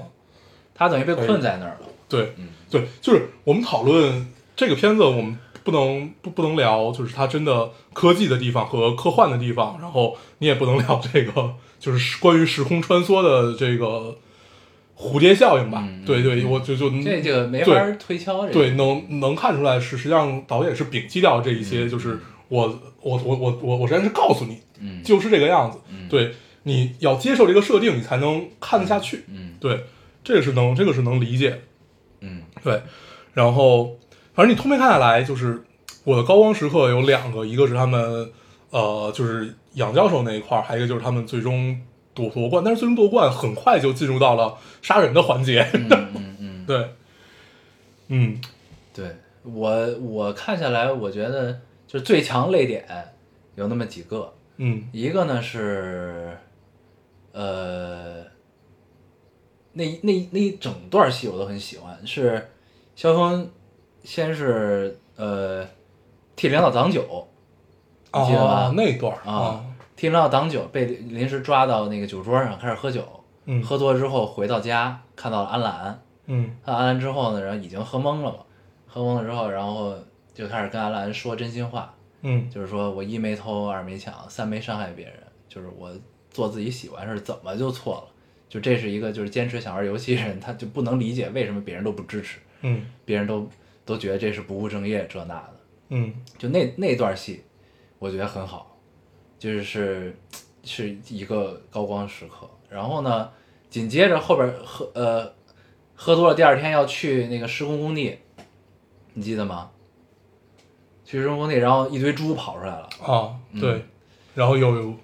Speaker 1: 他等于被困在那儿了。
Speaker 3: 对
Speaker 1: 嗯
Speaker 3: 对，就是我们讨论这个片子，我们不能不不能聊，就是它真的科技的地方和科幻的地方，然后你也不能聊这个就是关于时空穿梭的这个蝴蝶效应吧？
Speaker 1: 嗯嗯
Speaker 3: 对对，我就就
Speaker 1: 这个没法
Speaker 3: 对
Speaker 1: 推敲。这个
Speaker 3: 对，能能看出来是，实际上导演是摒弃掉这一些，就是我我我我我我实际上是告诉你，
Speaker 1: 嗯
Speaker 3: 就是这个样子，
Speaker 1: 嗯
Speaker 3: 对，你要接受这个设定，你才能看得下去，
Speaker 1: 嗯
Speaker 3: 对，这个是能这个是能理解的，
Speaker 1: 嗯
Speaker 3: 对，然后反正你通篇看下来，就是我的高光时刻有两个，一个是他们呃，就是杨教授那一块儿，还有一个就是他们最终夺夺冠，但是最终夺冠很快就进入到了杀人的环节，
Speaker 1: 嗯嗯嗯，
Speaker 3: 对，嗯，
Speaker 1: 对我我看下来，我觉得就是最强泪点有那么几个，
Speaker 3: 嗯
Speaker 1: 一个呢是，呃，那一那一那一整段戏我都很喜欢，是萧峰先是呃替领导挡酒你记得吧
Speaker 3: 哦，那段儿
Speaker 1: 啊，替领导挡酒被临时抓到那个酒桌上开始喝酒，
Speaker 3: 嗯，
Speaker 1: 喝多之后回到家看到了安澜，
Speaker 3: 嗯
Speaker 1: 看到安澜之后呢，然后已经喝懵了嘛，喝懵了之后，然后就开始跟安澜说真心话，
Speaker 3: 嗯
Speaker 1: 就是说我一没偷，二没抢，三没伤害别人，就是我做自己喜欢的事，怎么就错了？就这是一个就是坚持想玩游戏的人，他就不能理解为什么别人都不支持，
Speaker 3: 嗯
Speaker 1: 别人都都觉得这是不务正业这那的。
Speaker 3: 嗯
Speaker 1: 就那那段戏，我觉得很好，就是是是一个高光时刻。然后呢，紧接着后边儿喝呃喝多了，第二天要去那个施工工地，你记得吗？去施工工地，然后一堆猪跑出来了
Speaker 3: 啊，
Speaker 1: 嗯
Speaker 3: 对，然后有有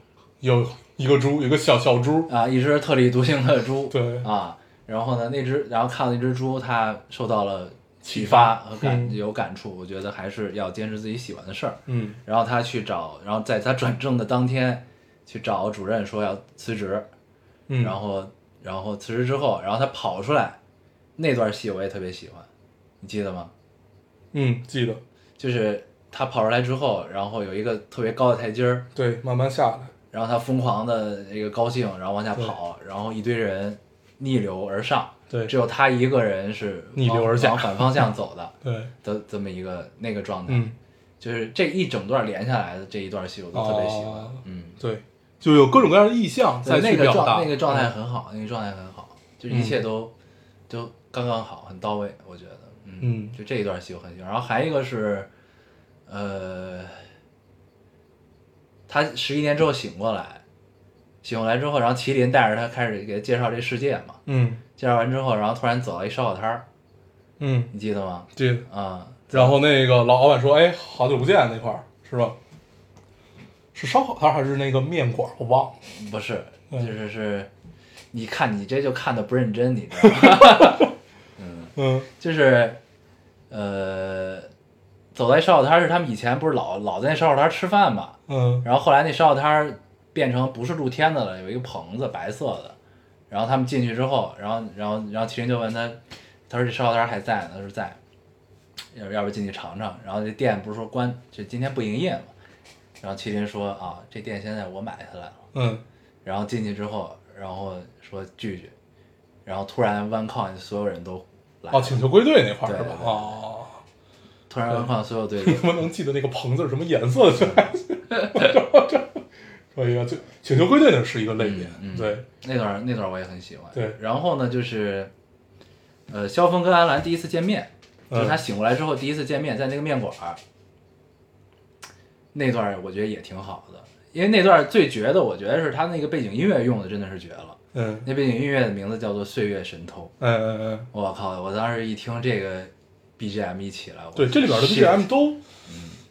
Speaker 3: 有一个猪，有一个小小猪，
Speaker 1: 啊，一只特立独行的猪，
Speaker 3: 对
Speaker 1: 啊，然后呢，那只然后看到那只猪，它受到了启
Speaker 3: 启
Speaker 1: 发
Speaker 3: 发
Speaker 1: 和感、
Speaker 3: 嗯
Speaker 1: 有感触，我觉得还是要坚持自己喜欢的事儿。
Speaker 3: 嗯
Speaker 1: 然后他去找，然后在他转正的当天去找主任说要辞职，
Speaker 3: 嗯，
Speaker 1: 然后然后辞职之后，然后他跑出来那段戏我也特别喜欢，你记得吗？
Speaker 3: 嗯记得，
Speaker 1: 就是他跑出来之后，然后有一个特别高的台阶儿，
Speaker 3: 对，慢慢下来，
Speaker 1: 然后他疯狂的那个高兴，然后往下跑，然后一堆人逆流而上，
Speaker 3: 对
Speaker 1: 只有他一个人是
Speaker 3: 逆流而下
Speaker 1: 往往反方向走的
Speaker 3: 对，
Speaker 1: 的这么一个那个状态，
Speaker 3: 嗯
Speaker 1: 就是这一整段连下来的这一段戏我都特别喜欢，
Speaker 3: 哦
Speaker 1: 嗯。
Speaker 3: 对，就有各种各样的意象
Speaker 1: 在那
Speaker 3: 在去
Speaker 1: 个
Speaker 3: 表达嗯
Speaker 1: 状那个状态很好，那个状态很好，就一切都都刚刚好，很到位，我觉得，嗯，
Speaker 3: 嗯
Speaker 1: 就这一段戏我很喜欢。然后还一个是，呃，他十一年之后醒过来，醒过来之后，然后麒麟带着他开始给他介绍这世界嘛，
Speaker 3: 嗯
Speaker 1: 介绍完之后，然后突然走到一烧烤摊儿，
Speaker 3: 嗯，
Speaker 1: 你记得吗？
Speaker 3: 记得。
Speaker 1: 啊、
Speaker 3: 然后那个老老板说：“哎，好久不见，那块儿是吧？是烧烤摊儿还是那个面馆儿？我忘了。
Speaker 1: 不是，就
Speaker 3: 嗯
Speaker 1: 是是，你看你这就看的不认真，你知道吗？
Speaker 3: 嗯
Speaker 1: 就是，呃，走在烧烤摊儿是他们以前不是老老在那烧烤摊儿吃饭嘛，
Speaker 3: 嗯
Speaker 1: 然后后来那烧烤摊儿变成不是露天的了，有一个棚子白色的，然后他们进去之后，然后然后然后麒麟就问他，他说这烧烤摊儿还在呢，他说在，要不要不进去尝尝？然后这店不是说关，就今天不营业嘛，然后麒麟说啊，这店现在我买下来了。
Speaker 3: 嗯
Speaker 1: 然后进去之后，然后说拒绝，然后突然 one con 所有人都来了，
Speaker 3: 哦，请求归队那块儿是
Speaker 1: 对
Speaker 3: 吧
Speaker 1: 对？对
Speaker 3: 哦，
Speaker 1: 突然 one con 所有 队
Speaker 3: 你
Speaker 1: 友
Speaker 3: 他妈能记得那个棚子是什么颜色的？ 可以啊，就请求归队那是一个类别
Speaker 1: 嗯嗯，
Speaker 3: 对，
Speaker 1: 那段儿那段儿我也很喜欢。
Speaker 3: 对
Speaker 1: 然后呢，就是，呃，萧峰跟安澜第一次见面，就是他
Speaker 3: 嗯
Speaker 1: 醒过来之后第一次见面，在那个面馆儿，那段儿我觉得也挺好的，因为那段儿最绝的，我觉得是他那个背景音乐用的真的是绝了。
Speaker 3: 嗯
Speaker 1: 那背景音乐的名字叫做《岁月神偷
Speaker 3: 嗯嗯嗯》，，
Speaker 1: 我靠！我当时一听这个 BGM 一起来，我
Speaker 3: 对，这里边的
Speaker 1: shit
Speaker 3: BGM 都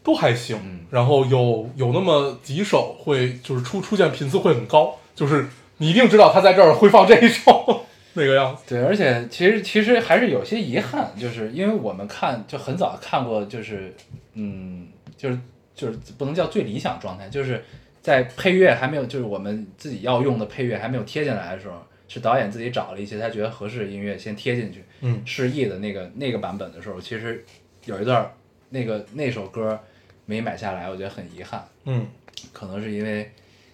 Speaker 3: 都还行，
Speaker 1: 嗯
Speaker 3: 然后有有那么几首会就是出出现频次会很高，就是你一定知道他在这儿会放这一首 那个样子。
Speaker 1: 对，而且其实其实还是有些遗憾，就是因为我们看就很早看过，就是嗯，就是就是不能叫最理想状态，就是在配乐还没有，就是我们自己要用的配乐还没有贴进来的时候，是导演自己找了一些他觉得合适的音乐先贴进去，
Speaker 3: 嗯
Speaker 1: 示意的那个那个版本的时候，其实有一段儿那个那首歌没买下来，我觉得很遗憾。
Speaker 3: 嗯
Speaker 1: 可能是因为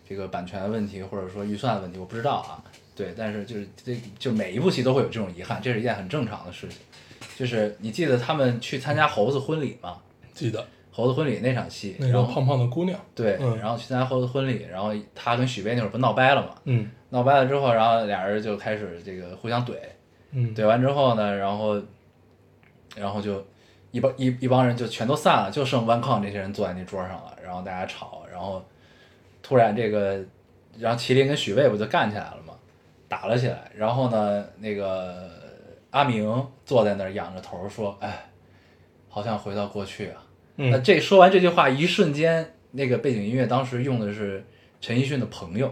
Speaker 1: 这个版权问题，或者说预算问题，我不知道啊。对，但是就是这就每一部戏都会有这种遗憾，这是一件很正常的事情。就是你记得他们去参加猴子婚礼吗？
Speaker 3: 记得
Speaker 1: 猴子婚礼那场戏，
Speaker 3: 那
Speaker 1: 然
Speaker 3: 个
Speaker 1: 后
Speaker 3: 胖胖的姑娘，
Speaker 1: 对，
Speaker 3: 嗯
Speaker 1: 然后去参加猴子婚礼，然后他跟许巍那会儿不闹掰了嘛？
Speaker 3: 嗯
Speaker 1: 闹掰了之后，然后俩人就开始这个互相怼，
Speaker 3: 嗯，
Speaker 1: 怼完之后呢，然后然后就一帮一一帮人就全都散了，就剩 One Con 这些人坐在那桌上了，然后大家吵，然后突然这个，然后麒麟跟许巍不就干起来了吗？打了起来，然后呢，那个阿明坐在那儿仰着头说：“哎，好像回到过去啊。”
Speaker 3: 嗯
Speaker 1: 那这说完这句话，一瞬间，那个背景音乐当时用的是陈奕迅的《朋友》。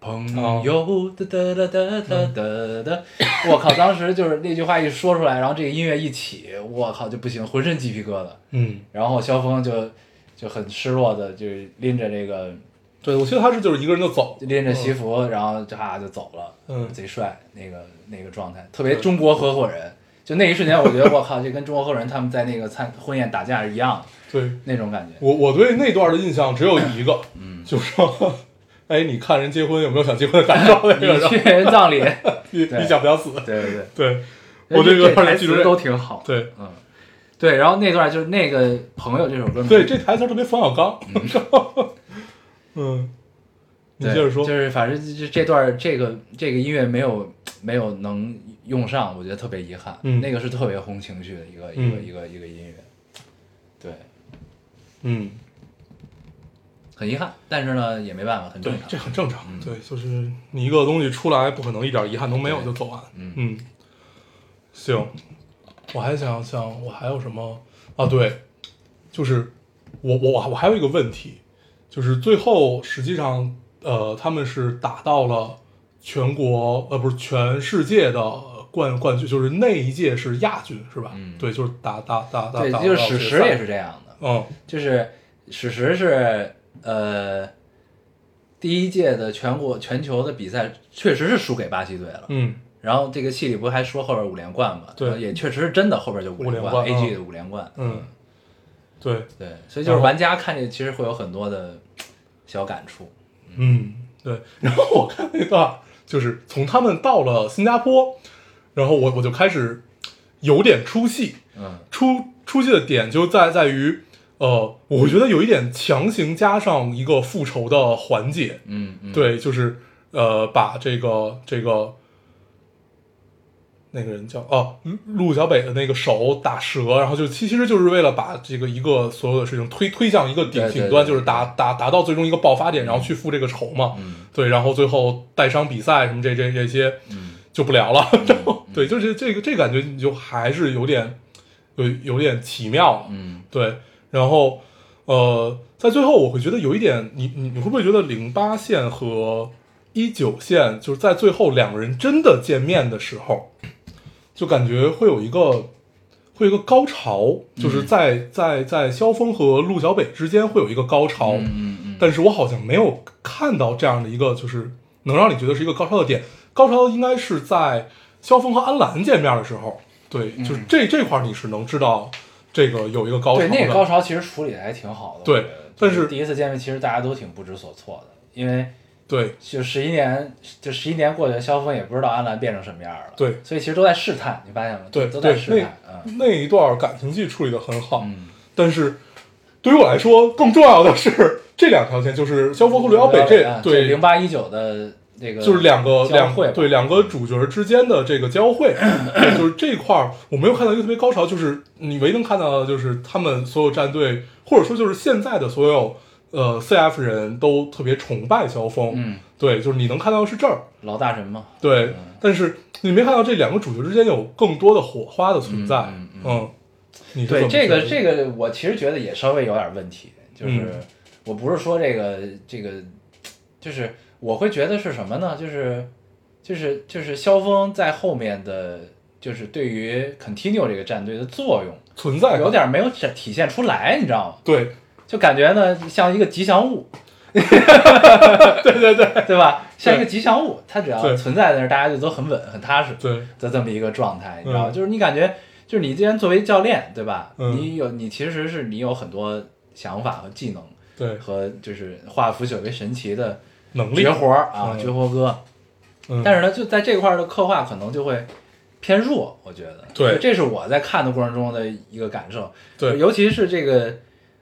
Speaker 1: 朋
Speaker 3: 啊
Speaker 1: 友，哒哒哒哒哒哒哒，我靠！当时就是那句话一说出来，然后这个音乐一起，我靠就不行，浑身鸡皮疙瘩。
Speaker 3: 嗯，
Speaker 1: 然后萧峰就就很失落的就拎着这个
Speaker 3: 对，我记得他是就是一个人就走，
Speaker 1: 拎着西服，然后就哈就走了，
Speaker 3: 嗯
Speaker 1: 贼帅那个那个状态，特别中国合伙人。就那一瞬间，我觉得我靠，就跟中国合伙人他们在那个餐婚宴打架是一样的
Speaker 3: 对
Speaker 1: 那种感觉。
Speaker 3: 我我对那段的印象只有一个，嗯， 就是说，哎，你看人结婚有没有想结婚的感受？那个，
Speaker 1: 你
Speaker 3: 然后
Speaker 1: 去人葬礼，
Speaker 3: 你
Speaker 1: 对
Speaker 3: 你想不想死？
Speaker 1: 对对对，
Speaker 3: 对，我这个
Speaker 1: 这台
Speaker 3: 记住这
Speaker 1: 词都挺好。
Speaker 3: 对
Speaker 1: 嗯，对，然后那段就是那个朋友这首歌名，
Speaker 3: 对，这台词儿特别冯小刚。 嗯，你
Speaker 1: 对
Speaker 3: 接着说。
Speaker 1: 就是反正这这这段这个这个音乐没有没有能用上，我觉得特别遗憾。
Speaker 3: 嗯
Speaker 1: 那个是特别烘情绪的一个一个
Speaker 3: 嗯
Speaker 1: 一个一个音乐，对，
Speaker 3: 嗯，
Speaker 1: 很遗憾，但是呢也没办法，很
Speaker 3: 对
Speaker 1: 正，
Speaker 3: 这
Speaker 1: 常。
Speaker 3: 很正常。对，就是你一个东西出来，不可能一点遗憾都没有就走完。
Speaker 1: 嗯
Speaker 3: 嗯，行，我还想想，我还有什么啊？对，就是我我我我还有一个问题，就是最后实际上呃，他们是打到了全国呃，不是全世界的冠冠军，就是那一届是亚军是吧？
Speaker 1: 嗯
Speaker 3: 对，就是打打打打
Speaker 1: 对，
Speaker 3: 打
Speaker 1: 就是
Speaker 3: 到
Speaker 1: 史
Speaker 3: 决
Speaker 1: 实
Speaker 3: 赛
Speaker 1: 也是这样的，
Speaker 3: 嗯
Speaker 1: 就是史实是呃第一届的全国全球的比赛确实是输给巴西队了。
Speaker 3: 嗯
Speaker 1: 然后这个戏里不还说后边五连冠嘛？
Speaker 3: 对
Speaker 1: 然后也确实是真的，后边就五连
Speaker 3: 五连冠
Speaker 1: a
Speaker 3: 嗯
Speaker 1: G 的五连冠。
Speaker 3: 嗯，对，
Speaker 1: 对，所以就是
Speaker 3: 然后
Speaker 1: 玩家看这其实会有很多的小感触。
Speaker 3: 嗯，对。然后我看那段儿，就是从他们到了新加坡，然后我我就开始有点出戏，
Speaker 1: 嗯
Speaker 3: 出出戏的点就在在于，呃，我觉得有一点强行加上一个复仇的环节，
Speaker 1: 嗯嗯，
Speaker 3: 对，就是呃，把这个这个那个人叫哦，陆陆小北的那个手打折，然后就其其实就是为了把这个一个所有的事情推推向一个顶
Speaker 1: 对对
Speaker 3: 顶端，
Speaker 1: 对嗯
Speaker 3: 就是达达达到最终一个爆发点，然后去付这个仇嘛。对，然后最后带伤比赛什么这这这些就不聊了。
Speaker 1: 嗯
Speaker 3: 然后 对，就是这个这个感觉你就还是有点有有点奇妙了。
Speaker 1: 嗯
Speaker 3: 对，然后呃，在最后我会觉得有一点，你你你会不会觉得零八线和一九线就是在最后两个人真的见面的时候，就感觉会有一个会有一个高潮，就是在、在在萧峰和陆小北之间会有一个高潮，
Speaker 1: 嗯嗯，
Speaker 3: 但是我好像没有看到这样的一个，就是能让你觉得是一个高潮的点。高潮应该是在萧峰和安澜见面的时候，对，就是这这块儿你是能知道这个有一个高潮
Speaker 1: 对，
Speaker 3: 的。
Speaker 1: 那个高潮其实处理的还挺好的。
Speaker 3: 对
Speaker 1: 我觉得
Speaker 3: 但
Speaker 1: 就是第一次见面，其实大家都挺不知所措的，因为
Speaker 3: 对
Speaker 1: 就十一年，就十一年过去，萧峰也不知道安澜变成什么样了。
Speaker 3: 对
Speaker 1: 所以其实都在试探，你发现吗？
Speaker 3: 对
Speaker 1: 都在
Speaker 3: 对，
Speaker 1: 试探。
Speaker 3: 那
Speaker 1: 嗯
Speaker 3: 那一段感情戏处理的很好，
Speaker 1: 嗯，
Speaker 3: 但是对于我来说更重要的是这两条线，就是萧峰和刘小北
Speaker 1: 啊这
Speaker 3: 这对
Speaker 1: 零八一九的那个
Speaker 3: 就是两个
Speaker 1: 交
Speaker 3: 两
Speaker 1: 汇吧
Speaker 3: 对两个主角之间的这个交 汇，对就是这块儿我没有看到一个特别高潮，就是你唯一能看到的就是他们所有战队或者说就是现在的所有呃 CF 人都特别崇拜萧峰，
Speaker 1: 嗯
Speaker 3: 对，就是你能看到的是这儿，
Speaker 1: 老大人嘛。
Speaker 3: 对，但是你没看到这两个主角之间有更多的火花的存在，
Speaker 1: 嗯
Speaker 3: 嗯，
Speaker 1: 嗯
Speaker 3: 你是怎
Speaker 1: 对
Speaker 3: 么
Speaker 1: 这
Speaker 3: 觉
Speaker 1: 个
Speaker 3: 得
Speaker 1: 这个，我其实觉得也稍微有点问题，就是、
Speaker 3: 嗯
Speaker 1: 我不是说这个这个，就是我会觉得是什么呢？就是就是就是萧峰在后面的，就是对于 continue 这个战队的作用，
Speaker 3: 存在感
Speaker 1: 有点没有展体现出来，你知道吗？
Speaker 3: 对，
Speaker 1: 就感觉呢像一个吉祥物， 对对 对，对吧？像一个吉祥物，它只要
Speaker 3: 对
Speaker 1: 存在在那儿，大家就都很稳很踏实。
Speaker 3: 对
Speaker 1: 的这么一个状态，你知道吗？
Speaker 3: 嗯
Speaker 1: 就是你感觉，就是你既然作为教练，对吧？
Speaker 3: 嗯
Speaker 1: 你有你其实是你有很多想法和技能，
Speaker 3: 对，
Speaker 1: 和就是化腐朽为神奇的
Speaker 3: 能力
Speaker 1: 绝，活儿啊，
Speaker 3: 嗯
Speaker 1: 绝活哥。
Speaker 3: 嗯
Speaker 1: 但是呢，就在这块儿的刻画可能就会偏弱，我觉得。
Speaker 3: 对
Speaker 1: 就这是我在看的过程中的一个感受。
Speaker 3: 对
Speaker 1: 尤其是这个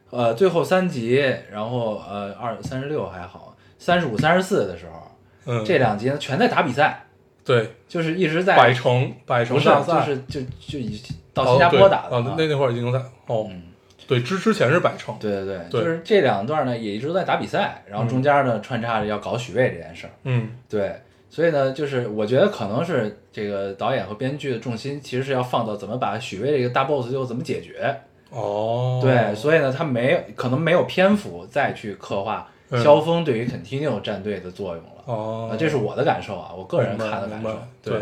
Speaker 1: 呃最后三集，然后呃二三十六还好，三十五、三十四的时候，
Speaker 3: 嗯，
Speaker 1: 这两集呢全在打比赛，
Speaker 3: 对，
Speaker 1: 就是一直在
Speaker 3: 百城百
Speaker 1: 不
Speaker 3: 城
Speaker 1: 是
Speaker 3: 大
Speaker 1: 就
Speaker 3: 赛，
Speaker 1: 是就就已到新加坡打的
Speaker 3: 哦对啊
Speaker 1: 嘛。
Speaker 3: 那那会儿已经在哦，
Speaker 1: 嗯
Speaker 3: 对，之之前是百城，
Speaker 1: 对对对，
Speaker 3: 对
Speaker 1: 就是这两段呢也一直都在打比赛，然后中间呢穿插着要搞许巍这件事儿。
Speaker 3: 嗯，
Speaker 1: 对，所以呢，就是我觉得可能是这个导演和编剧的重心其实是要放到怎么把许巍这个大 boss 最后怎么解决。
Speaker 3: 哦，
Speaker 1: 对，所以呢，他没有可能没有篇幅再去刻画
Speaker 3: 嗯
Speaker 1: 萧峰对于 Continue 战队的作用了。
Speaker 3: 哦
Speaker 1: 啊，，这是我的感受啊，我个人
Speaker 3: 明白
Speaker 1: 看的感
Speaker 3: 明
Speaker 1: 受
Speaker 3: 白。
Speaker 1: 对，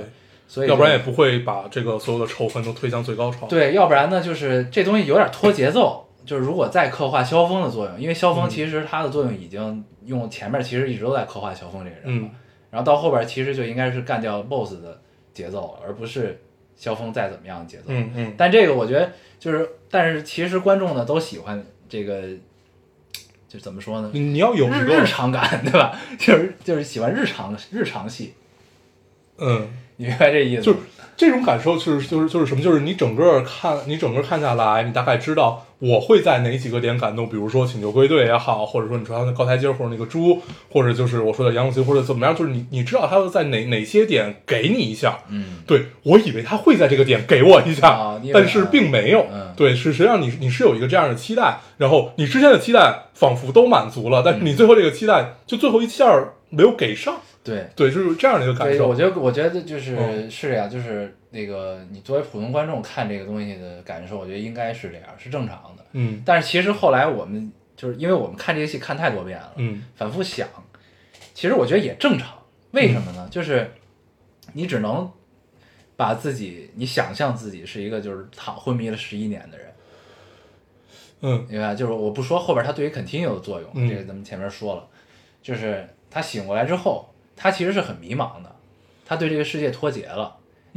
Speaker 1: 所以
Speaker 3: 要不然也
Speaker 1: 就
Speaker 3: 不会把这个所有的仇恨都推向最高潮。，
Speaker 1: 对，要不然呢，就是这东西有点拖节奏。就是如果再刻画萧峰的作用，因为萧峰
Speaker 3: 嗯
Speaker 1: 其实他的作用已经用前面其实一直都在刻画萧峰这个人了。
Speaker 3: 嗯，
Speaker 1: 然后到后边其实就应该是干掉 BOSS 的节奏了，而不是萧峰再怎么样的节奏。
Speaker 3: 嗯嗯，
Speaker 1: 但这个我觉得就是，但是其实观众呢都喜欢这个，就怎么说呢？
Speaker 3: 你你要有一
Speaker 1: 日日
Speaker 3: 个，
Speaker 1: 常感，对吧？ 就是就是喜欢日常日常戏，
Speaker 3: 嗯，
Speaker 1: 你明白这意思
Speaker 3: 就是
Speaker 1: 吗？
Speaker 3: 这种感受就是就是就是什么？就是你整个看你整个看下来，你大概知道我会在哪几个点感动，比如说请求归队也好，或者说你说他的高台阶或者那个猪，或者就是我说的杨永信或者怎么样，就是你你知道他会在哪哪些点给你一下。
Speaker 1: 嗯，
Speaker 3: 对我以为他会在这个点给我一下，
Speaker 1: 哦你以为
Speaker 3: 但是并没有。
Speaker 1: 嗯
Speaker 3: 对，是实际上你你是有一个这样的期待，然后你之前的期待仿佛都满足了，但是你最后这个期待就最后一下儿没有给上。
Speaker 1: 对。
Speaker 3: 对，就是这样的一个感
Speaker 1: 对，我
Speaker 3: 受。
Speaker 1: 觉得，我觉得就是、
Speaker 3: 嗯
Speaker 1: 是这样，就是那个你作为普通观众看这个东西的感受，我觉得应该是这样，是正常的。
Speaker 3: 嗯
Speaker 1: 但是其实后来我们就是因为我们看这个戏看太多遍了，
Speaker 3: 嗯
Speaker 1: 反复想，其实我觉得也正常。为什么
Speaker 3: 嗯
Speaker 1: 呢？就是你只能把自己，你想象自己是一个就是躺昏迷了十一年的人，
Speaker 3: 嗯
Speaker 1: 明白吧？就是我不说后边他对于 continue 的作用，
Speaker 3: 嗯
Speaker 1: 这个咱们前面说了，就是他醒过来之后，他其实是很迷茫的，他对这个世界脱节了。
Speaker 3: 嗯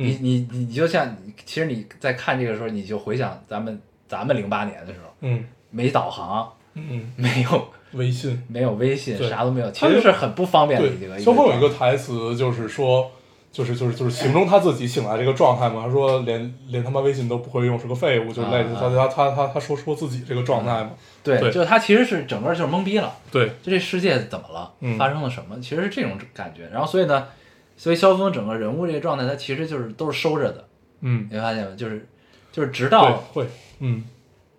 Speaker 1: 你你你你就像，其实你在看这个时候，你就回想咱们咱们零八年的时候，
Speaker 3: 嗯
Speaker 1: 没导航，
Speaker 3: 嗯，
Speaker 1: 没有
Speaker 3: 微信。
Speaker 1: 没有微信，
Speaker 3: 对
Speaker 1: 啥都没有，其
Speaker 3: 他有
Speaker 1: 实是很不方便的一个。
Speaker 3: 对，萧峰有一
Speaker 1: 状
Speaker 3: 个
Speaker 1: 态
Speaker 3: 台词就是说，就是就是就是形容他自己醒来这个状态嘛，他说连连他妈微信都不会用，是个废物，就类似
Speaker 1: 啊嗯
Speaker 3: 他他他他他说说自己这个状态嘛。
Speaker 1: 对，
Speaker 3: 对
Speaker 1: 就是他其实是整个就是懵逼了，
Speaker 3: 对，
Speaker 1: 就这世界怎么了，
Speaker 3: 嗯
Speaker 1: 发生了什么，其实是这种感觉。然后所以呢，所以萧峰整个人物这个状态，他其实就是都是收着的，
Speaker 3: 嗯，
Speaker 1: 你会发现吗？就是就是直
Speaker 3: 对
Speaker 1: 到，
Speaker 3: 会，嗯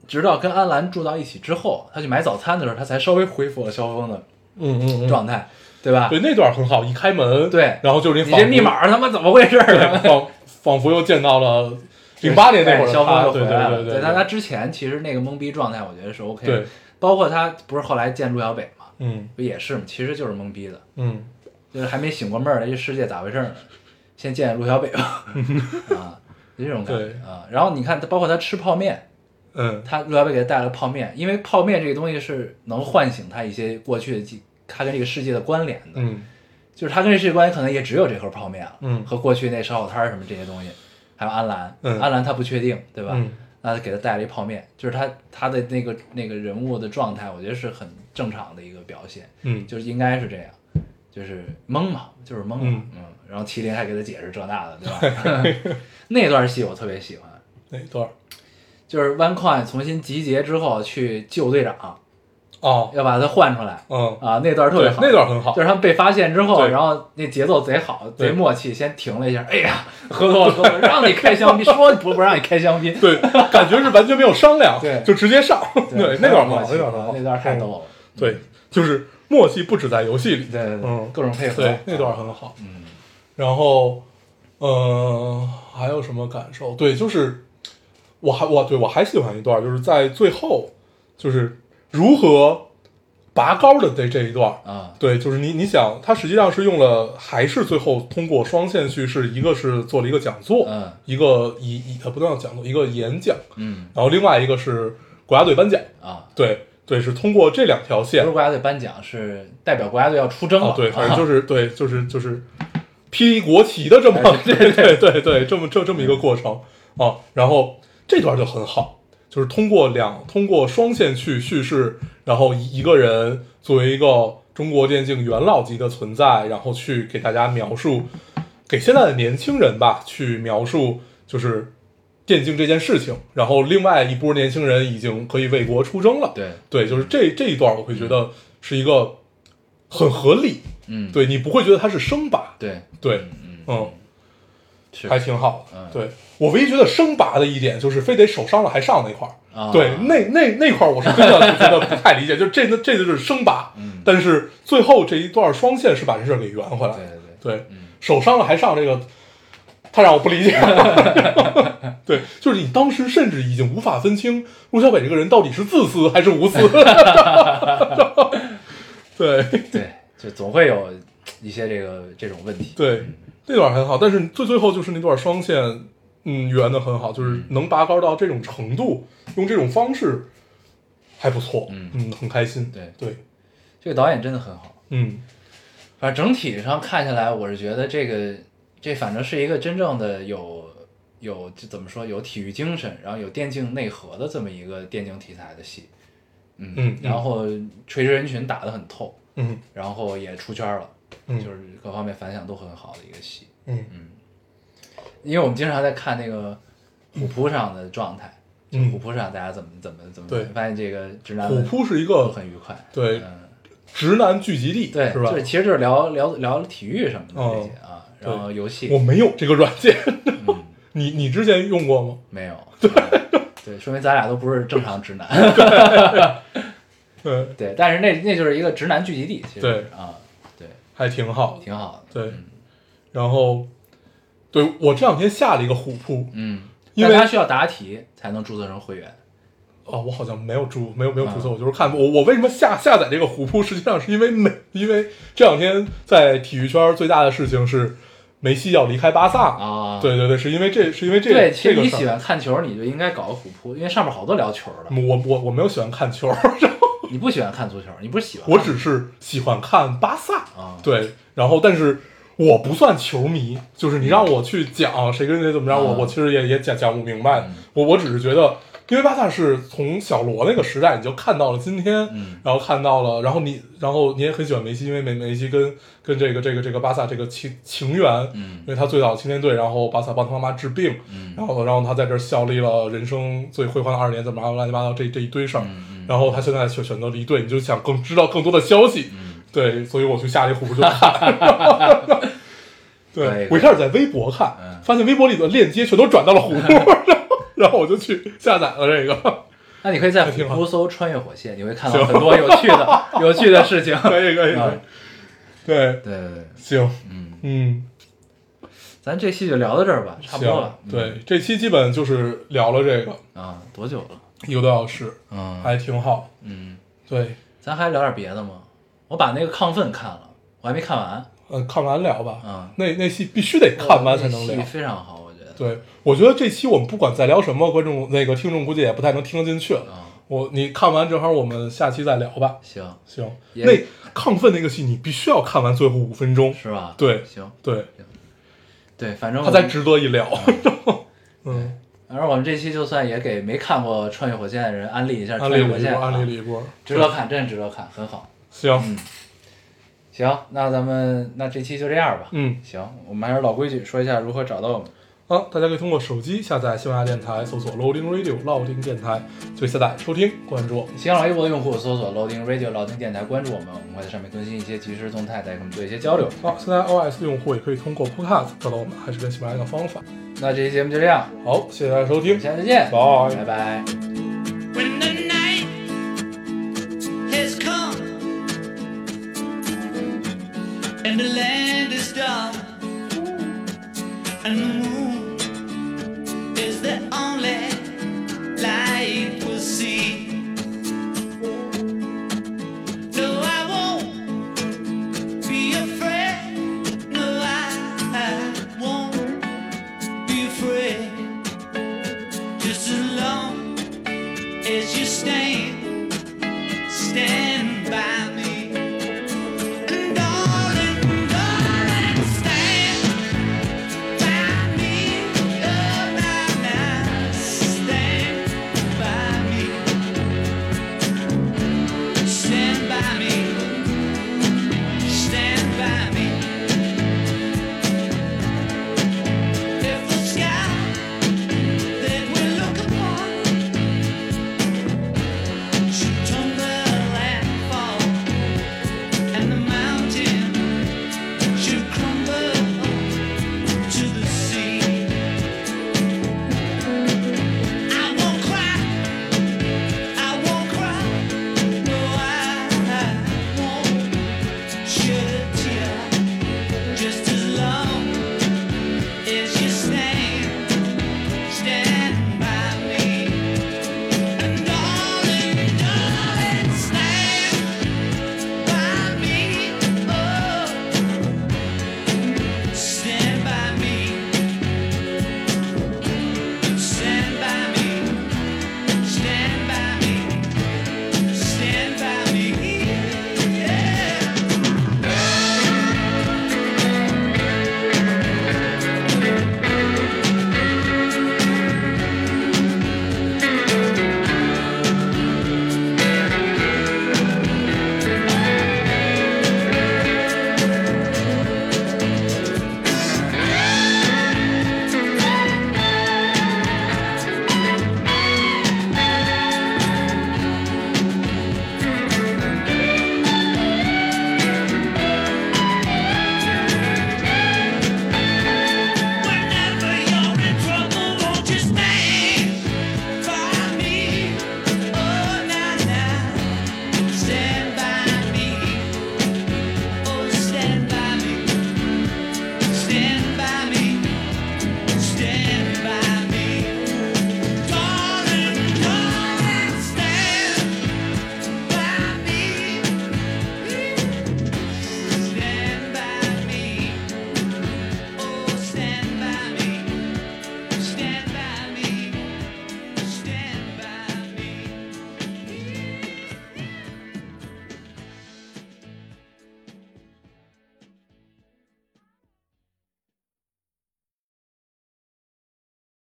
Speaker 1: 直到跟安澜住到一起之后，他去买早餐的时候，他才稍微恢复了萧峰的
Speaker 3: 嗯嗯嗯，
Speaker 1: 状态，对吧？
Speaker 3: 对那段很好，一开门，
Speaker 1: 对
Speaker 3: 然后就是
Speaker 1: 你
Speaker 3: 仿
Speaker 1: 这
Speaker 3: 佛
Speaker 1: 密码他妈怎么回事儿
Speaker 3: 对
Speaker 1: 啊？
Speaker 3: 仿仿佛又见到了零八年那会儿
Speaker 1: 哎
Speaker 3: 的
Speaker 1: 萧
Speaker 3: 他，
Speaker 1: 峰就
Speaker 3: 对
Speaker 1: 回来了。
Speaker 3: 对对
Speaker 1: 但他之前其实那个懵逼状态，我觉得是 OK 的。
Speaker 3: 对，
Speaker 1: 包括他不是后来见陆小北嘛，
Speaker 3: 嗯
Speaker 1: 不也是嘛，其实就是懵逼的。
Speaker 3: 嗯
Speaker 1: 就是还没醒过闷儿来，这世界咋回事儿呢？先见见陆小北 吧，啊，就这种感觉
Speaker 3: 对
Speaker 1: 啊。然后你看，他包括他吃泡面，
Speaker 3: 嗯
Speaker 1: 他陆小北给他带了泡面，因为泡面这个东西是能唤醒他一些过去的记，他跟这个世界的关联的。
Speaker 3: 嗯
Speaker 1: 就是他跟这世界关系可能也只有这盒泡面了，
Speaker 3: 嗯
Speaker 1: 和过去那烧烤摊儿什么这些东西，还有安澜，
Speaker 3: 嗯
Speaker 1: 安澜他不确定，对吧？
Speaker 3: 嗯
Speaker 1: 那他给他带了一泡面，就是他他的那个那个人物的状态，我觉得是很正常的一个表现。
Speaker 3: 嗯，
Speaker 1: 就是应该是这样，就是懵嘛，就是懵嘛，嗯
Speaker 3: 嗯
Speaker 1: 然后麒麟还给他解释这那的，对吧？ 那段戏我特别喜欢，
Speaker 3: 哪段儿？
Speaker 1: 就是 One Coin 重新集结之后去救队长，
Speaker 3: 哦，
Speaker 1: 要把他换出来
Speaker 3: 嗯，
Speaker 1: 啊，那段特别
Speaker 3: 对
Speaker 1: 好，，
Speaker 3: 那段很好
Speaker 1: 就。是他们被发现之后，
Speaker 3: 对
Speaker 1: 然后那节奏贼好，
Speaker 3: 对
Speaker 1: 贼默契，先停了一下，哎 呀，合作合作，让你开香槟，说不不让你开香槟，
Speaker 3: 对， 感觉是完全没有商量，
Speaker 1: 对
Speaker 3: 就直接上。
Speaker 1: 对，
Speaker 3: 那段
Speaker 1: 默
Speaker 3: 好，
Speaker 1: 契
Speaker 3: 那段好，嗯
Speaker 1: 那段太逗。了，
Speaker 3: 对，就是默契不止在游戏里，
Speaker 1: 对对对，
Speaker 3: 嗯
Speaker 1: 各种配合，
Speaker 3: 对，那段很好。
Speaker 1: 嗯
Speaker 3: 然后，呃，还有什么感受？对，就是我还我对我还喜欢一段，就是在最后，就是如何拔高的这这一段，
Speaker 1: 啊，
Speaker 3: 对，就是你你想，他实际上是用了，还是最后通过双线叙事，一个是做了一个讲座，
Speaker 1: 嗯
Speaker 3: 一个以以呃不能叫讲座，一个演讲，
Speaker 1: 嗯
Speaker 3: 然后另外一个是国家队颁奖，
Speaker 1: 啊，
Speaker 3: 对对，是通过这两条线
Speaker 1: 不是国家队颁奖，是代表国家队要出征了。
Speaker 3: 啊，对， 反正
Speaker 1: 啊
Speaker 3: 就是对，就是就是披国旗的这 么对对对对，这么这这么一个过程啊，然后这段就很好，就是通过两通过双线去叙事，然后一一个人作为一个中国电竞元老级的存在，然后去给大家描述，给现在的年轻人吧去描述，就是电竞这件事情。然后另外一波年轻人已经可以为国出征了，
Speaker 1: 啊对，
Speaker 3: 对，就是这这一段我会觉得是一个很合理，
Speaker 1: 嗯，
Speaker 3: 对你不会觉得它是生拔，
Speaker 1: 对，
Speaker 3: 对，
Speaker 1: 嗯
Speaker 3: 嗯。
Speaker 1: 是
Speaker 3: 还挺好的
Speaker 1: 嗯。
Speaker 3: 对我唯一觉得生拔的一点就是非得手伤了还上那块儿，
Speaker 1: 啊
Speaker 3: 对，那那那块儿我是真的觉得不太理解，就这这就是生拔，
Speaker 1: 嗯
Speaker 3: 但是最后这一段双线是把这事儿给圆回来
Speaker 1: 对
Speaker 3: 的。
Speaker 1: 对对，
Speaker 3: 对
Speaker 1: 嗯，
Speaker 3: 手伤了还上这个，他让我不理解。 对，就是你当时甚至已经无法分清陆小北这个人到底是自私还是无私。 对
Speaker 1: 对，就总会有一些这个这种问题。
Speaker 3: 对，那段很好，但是最最后就是那段双线，嗯，圆的很好，就是能拔高到这种程度，用这种方式还不错，
Speaker 1: 嗯
Speaker 3: 很开心。
Speaker 1: 对
Speaker 3: 对，
Speaker 1: 这个导演真的很好，
Speaker 3: 嗯
Speaker 1: 反正整体上看下来，我是觉得这个这反正是一个真正的有有就怎么说有体育精神，然后有电竞内核的这么一个电竞题材的戏。嗯
Speaker 3: 嗯
Speaker 1: 然后垂直人群打得很透，
Speaker 3: 嗯
Speaker 1: 然后也出圈了，
Speaker 3: 嗯
Speaker 1: 就是各方面反响都很好的一个戏。
Speaker 3: 嗯
Speaker 1: 因为我们经常在看那个虎扑上的状态，就
Speaker 3: 嗯
Speaker 1: 虎扑上大家怎么怎么怎么，
Speaker 3: 对
Speaker 1: 发现这个直男
Speaker 3: 虎
Speaker 1: 们
Speaker 3: 扑是一
Speaker 1: 都
Speaker 3: 个
Speaker 1: 很愉快，
Speaker 3: 对
Speaker 1: 嗯，
Speaker 3: 直男聚集地，
Speaker 1: 对，
Speaker 3: 是吧哦
Speaker 1: 就？是其实就是聊聊聊体育什么的这些啊，
Speaker 3: 对
Speaker 1: 然后游
Speaker 3: 我
Speaker 1: 戏
Speaker 3: 没有这个软件，
Speaker 1: 嗯
Speaker 3: 你你之前用过吗？
Speaker 1: 没有， 对对，说明咱俩都不是正常直男，
Speaker 3: 对，
Speaker 1: 对，但是那那就是一个直男聚集地，其实
Speaker 3: 对
Speaker 1: 啊，对，
Speaker 3: 还挺好的。
Speaker 1: 挺好的，
Speaker 3: 对，然后对我这两天下了一个虎扑，
Speaker 1: 嗯，
Speaker 3: 因
Speaker 1: 但
Speaker 3: 为
Speaker 1: 他需要答题才能注册成会员，
Speaker 3: 哦，我好像没有注，没有没有注册，
Speaker 1: 啊
Speaker 3: 我就是看我我为什么下下载这个虎扑，实际上是因为美， 因为这两天在体育圈最大的事情是梅西要离开巴萨
Speaker 1: 啊
Speaker 3: 对对对，是因为这是因为这
Speaker 1: 对，其
Speaker 3: 这
Speaker 1: 实
Speaker 3: 个
Speaker 1: 你
Speaker 3: 事
Speaker 1: 喜
Speaker 3: 儿。
Speaker 1: 欢看球，你就应该搞个虎扑，因为上面好多聊球的，
Speaker 3: 我我我没有喜欢看球，
Speaker 1: 你不喜欢看足球，你不是喜欢看
Speaker 3: 我只是喜欢看巴萨。
Speaker 1: 啊，
Speaker 3: 对，然后但是我不算球迷，就是你让我去讲谁跟谁怎么着，我
Speaker 1: 啊
Speaker 3: 我其实也也讲讲不明白
Speaker 1: 嗯。
Speaker 3: 我我只是觉得，因为巴萨是从小罗那个时代你就看到了今天
Speaker 1: 嗯，
Speaker 3: 然后看到了，然后你然后你也很喜欢梅西，因为梅梅西跟跟这个这个这个巴萨这个情情缘，
Speaker 1: 嗯
Speaker 3: 因为他最早青年队，然后巴萨帮他妈妈治病，
Speaker 1: 嗯
Speaker 3: 然后然后他在这儿效力了人生最辉煌的二十年，怎么着乱七八糟这这一堆事儿，
Speaker 1: 嗯
Speaker 3: 然后他现在选选择离队，你就想更知道更多的消息，
Speaker 1: 嗯
Speaker 3: 对，所以我去下了一 虎扑就看。
Speaker 1: 可以
Speaker 3: 对，我一开始在微博看，
Speaker 1: 哎嗯
Speaker 3: 发现微博里的链接全都转到了虎 扑，然后然后我就去下载了这个，
Speaker 1: 那你可以在
Speaker 3: 挺
Speaker 1: 虎
Speaker 3: 好
Speaker 1: 扑搜“穿越火线”，你会看到很多有趣 的、有趣的事情。
Speaker 3: 可以可以，可以
Speaker 1: 啊
Speaker 3: 对，
Speaker 1: 对对对，
Speaker 3: 行，
Speaker 1: 嗯，
Speaker 3: 嗯，
Speaker 1: 咱这期就聊到这儿吧，差不多了。
Speaker 3: 行对，这期基本就是聊了这个
Speaker 1: 嗯啊，多久了？
Speaker 3: 一个多小时，
Speaker 1: 嗯
Speaker 3: 还挺好。
Speaker 1: 嗯，
Speaker 3: 对，
Speaker 1: 咱还聊点别的吗？我把那个《亢奋》看了，我还没看完。
Speaker 3: 呃，看完聊吧。
Speaker 1: 嗯
Speaker 3: 那那戏必须得看完才能
Speaker 1: 那
Speaker 3: 聊
Speaker 1: 戏。非常好，我觉得。
Speaker 3: 对，我觉得这期我们不管再聊什么，观众那个听众估计也不太能听得进去了。
Speaker 1: 啊，
Speaker 3: 我你看完正好，我们下期再聊吧。
Speaker 1: 行，
Speaker 3: 行，
Speaker 1: 也
Speaker 3: 那亢奋那个戏你必须要看完最后五分钟。
Speaker 1: 是吧？
Speaker 3: 对
Speaker 1: 行，
Speaker 3: 对，
Speaker 1: 对，反正
Speaker 3: 它才值得一聊。嗯，
Speaker 1: 反正我们这期就算也给没看过《穿越火线》的人安利一下《
Speaker 3: 安
Speaker 1: 穿
Speaker 3: 利
Speaker 1: 越
Speaker 3: 了
Speaker 1: 火
Speaker 3: 一
Speaker 1: 线
Speaker 3: 波，》，安利
Speaker 1: 啊
Speaker 3: 了一波。
Speaker 1: 值得看，真值得看，很好。
Speaker 3: 行，
Speaker 1: 行，那咱们那这期就这样吧。
Speaker 3: 嗯。
Speaker 1: 行，我们还是老规矩，说一下如何找到我们。
Speaker 3: 啊，大家可以通过手机下载喜马拉雅电台，搜索 Loading Radio 老丁电台，就可以下载收听关注我们。
Speaker 1: 新浪微博的用户搜索 Loading Radio 老丁电台，关注我们，我们会在上面更新一些即时动态，再跟我们做一些交流。
Speaker 3: 好，现在 iOS 用户也可以通过 Podcast 找到我们，还是跟喜马拉雅的方法。
Speaker 1: 那这期节目就这样，
Speaker 3: 好，谢谢大家收
Speaker 1: 我
Speaker 3: 听
Speaker 1: 们，下次见，
Speaker 3: 拜
Speaker 1: 拜拜。
Speaker 4: When the night has come and the land is dark and the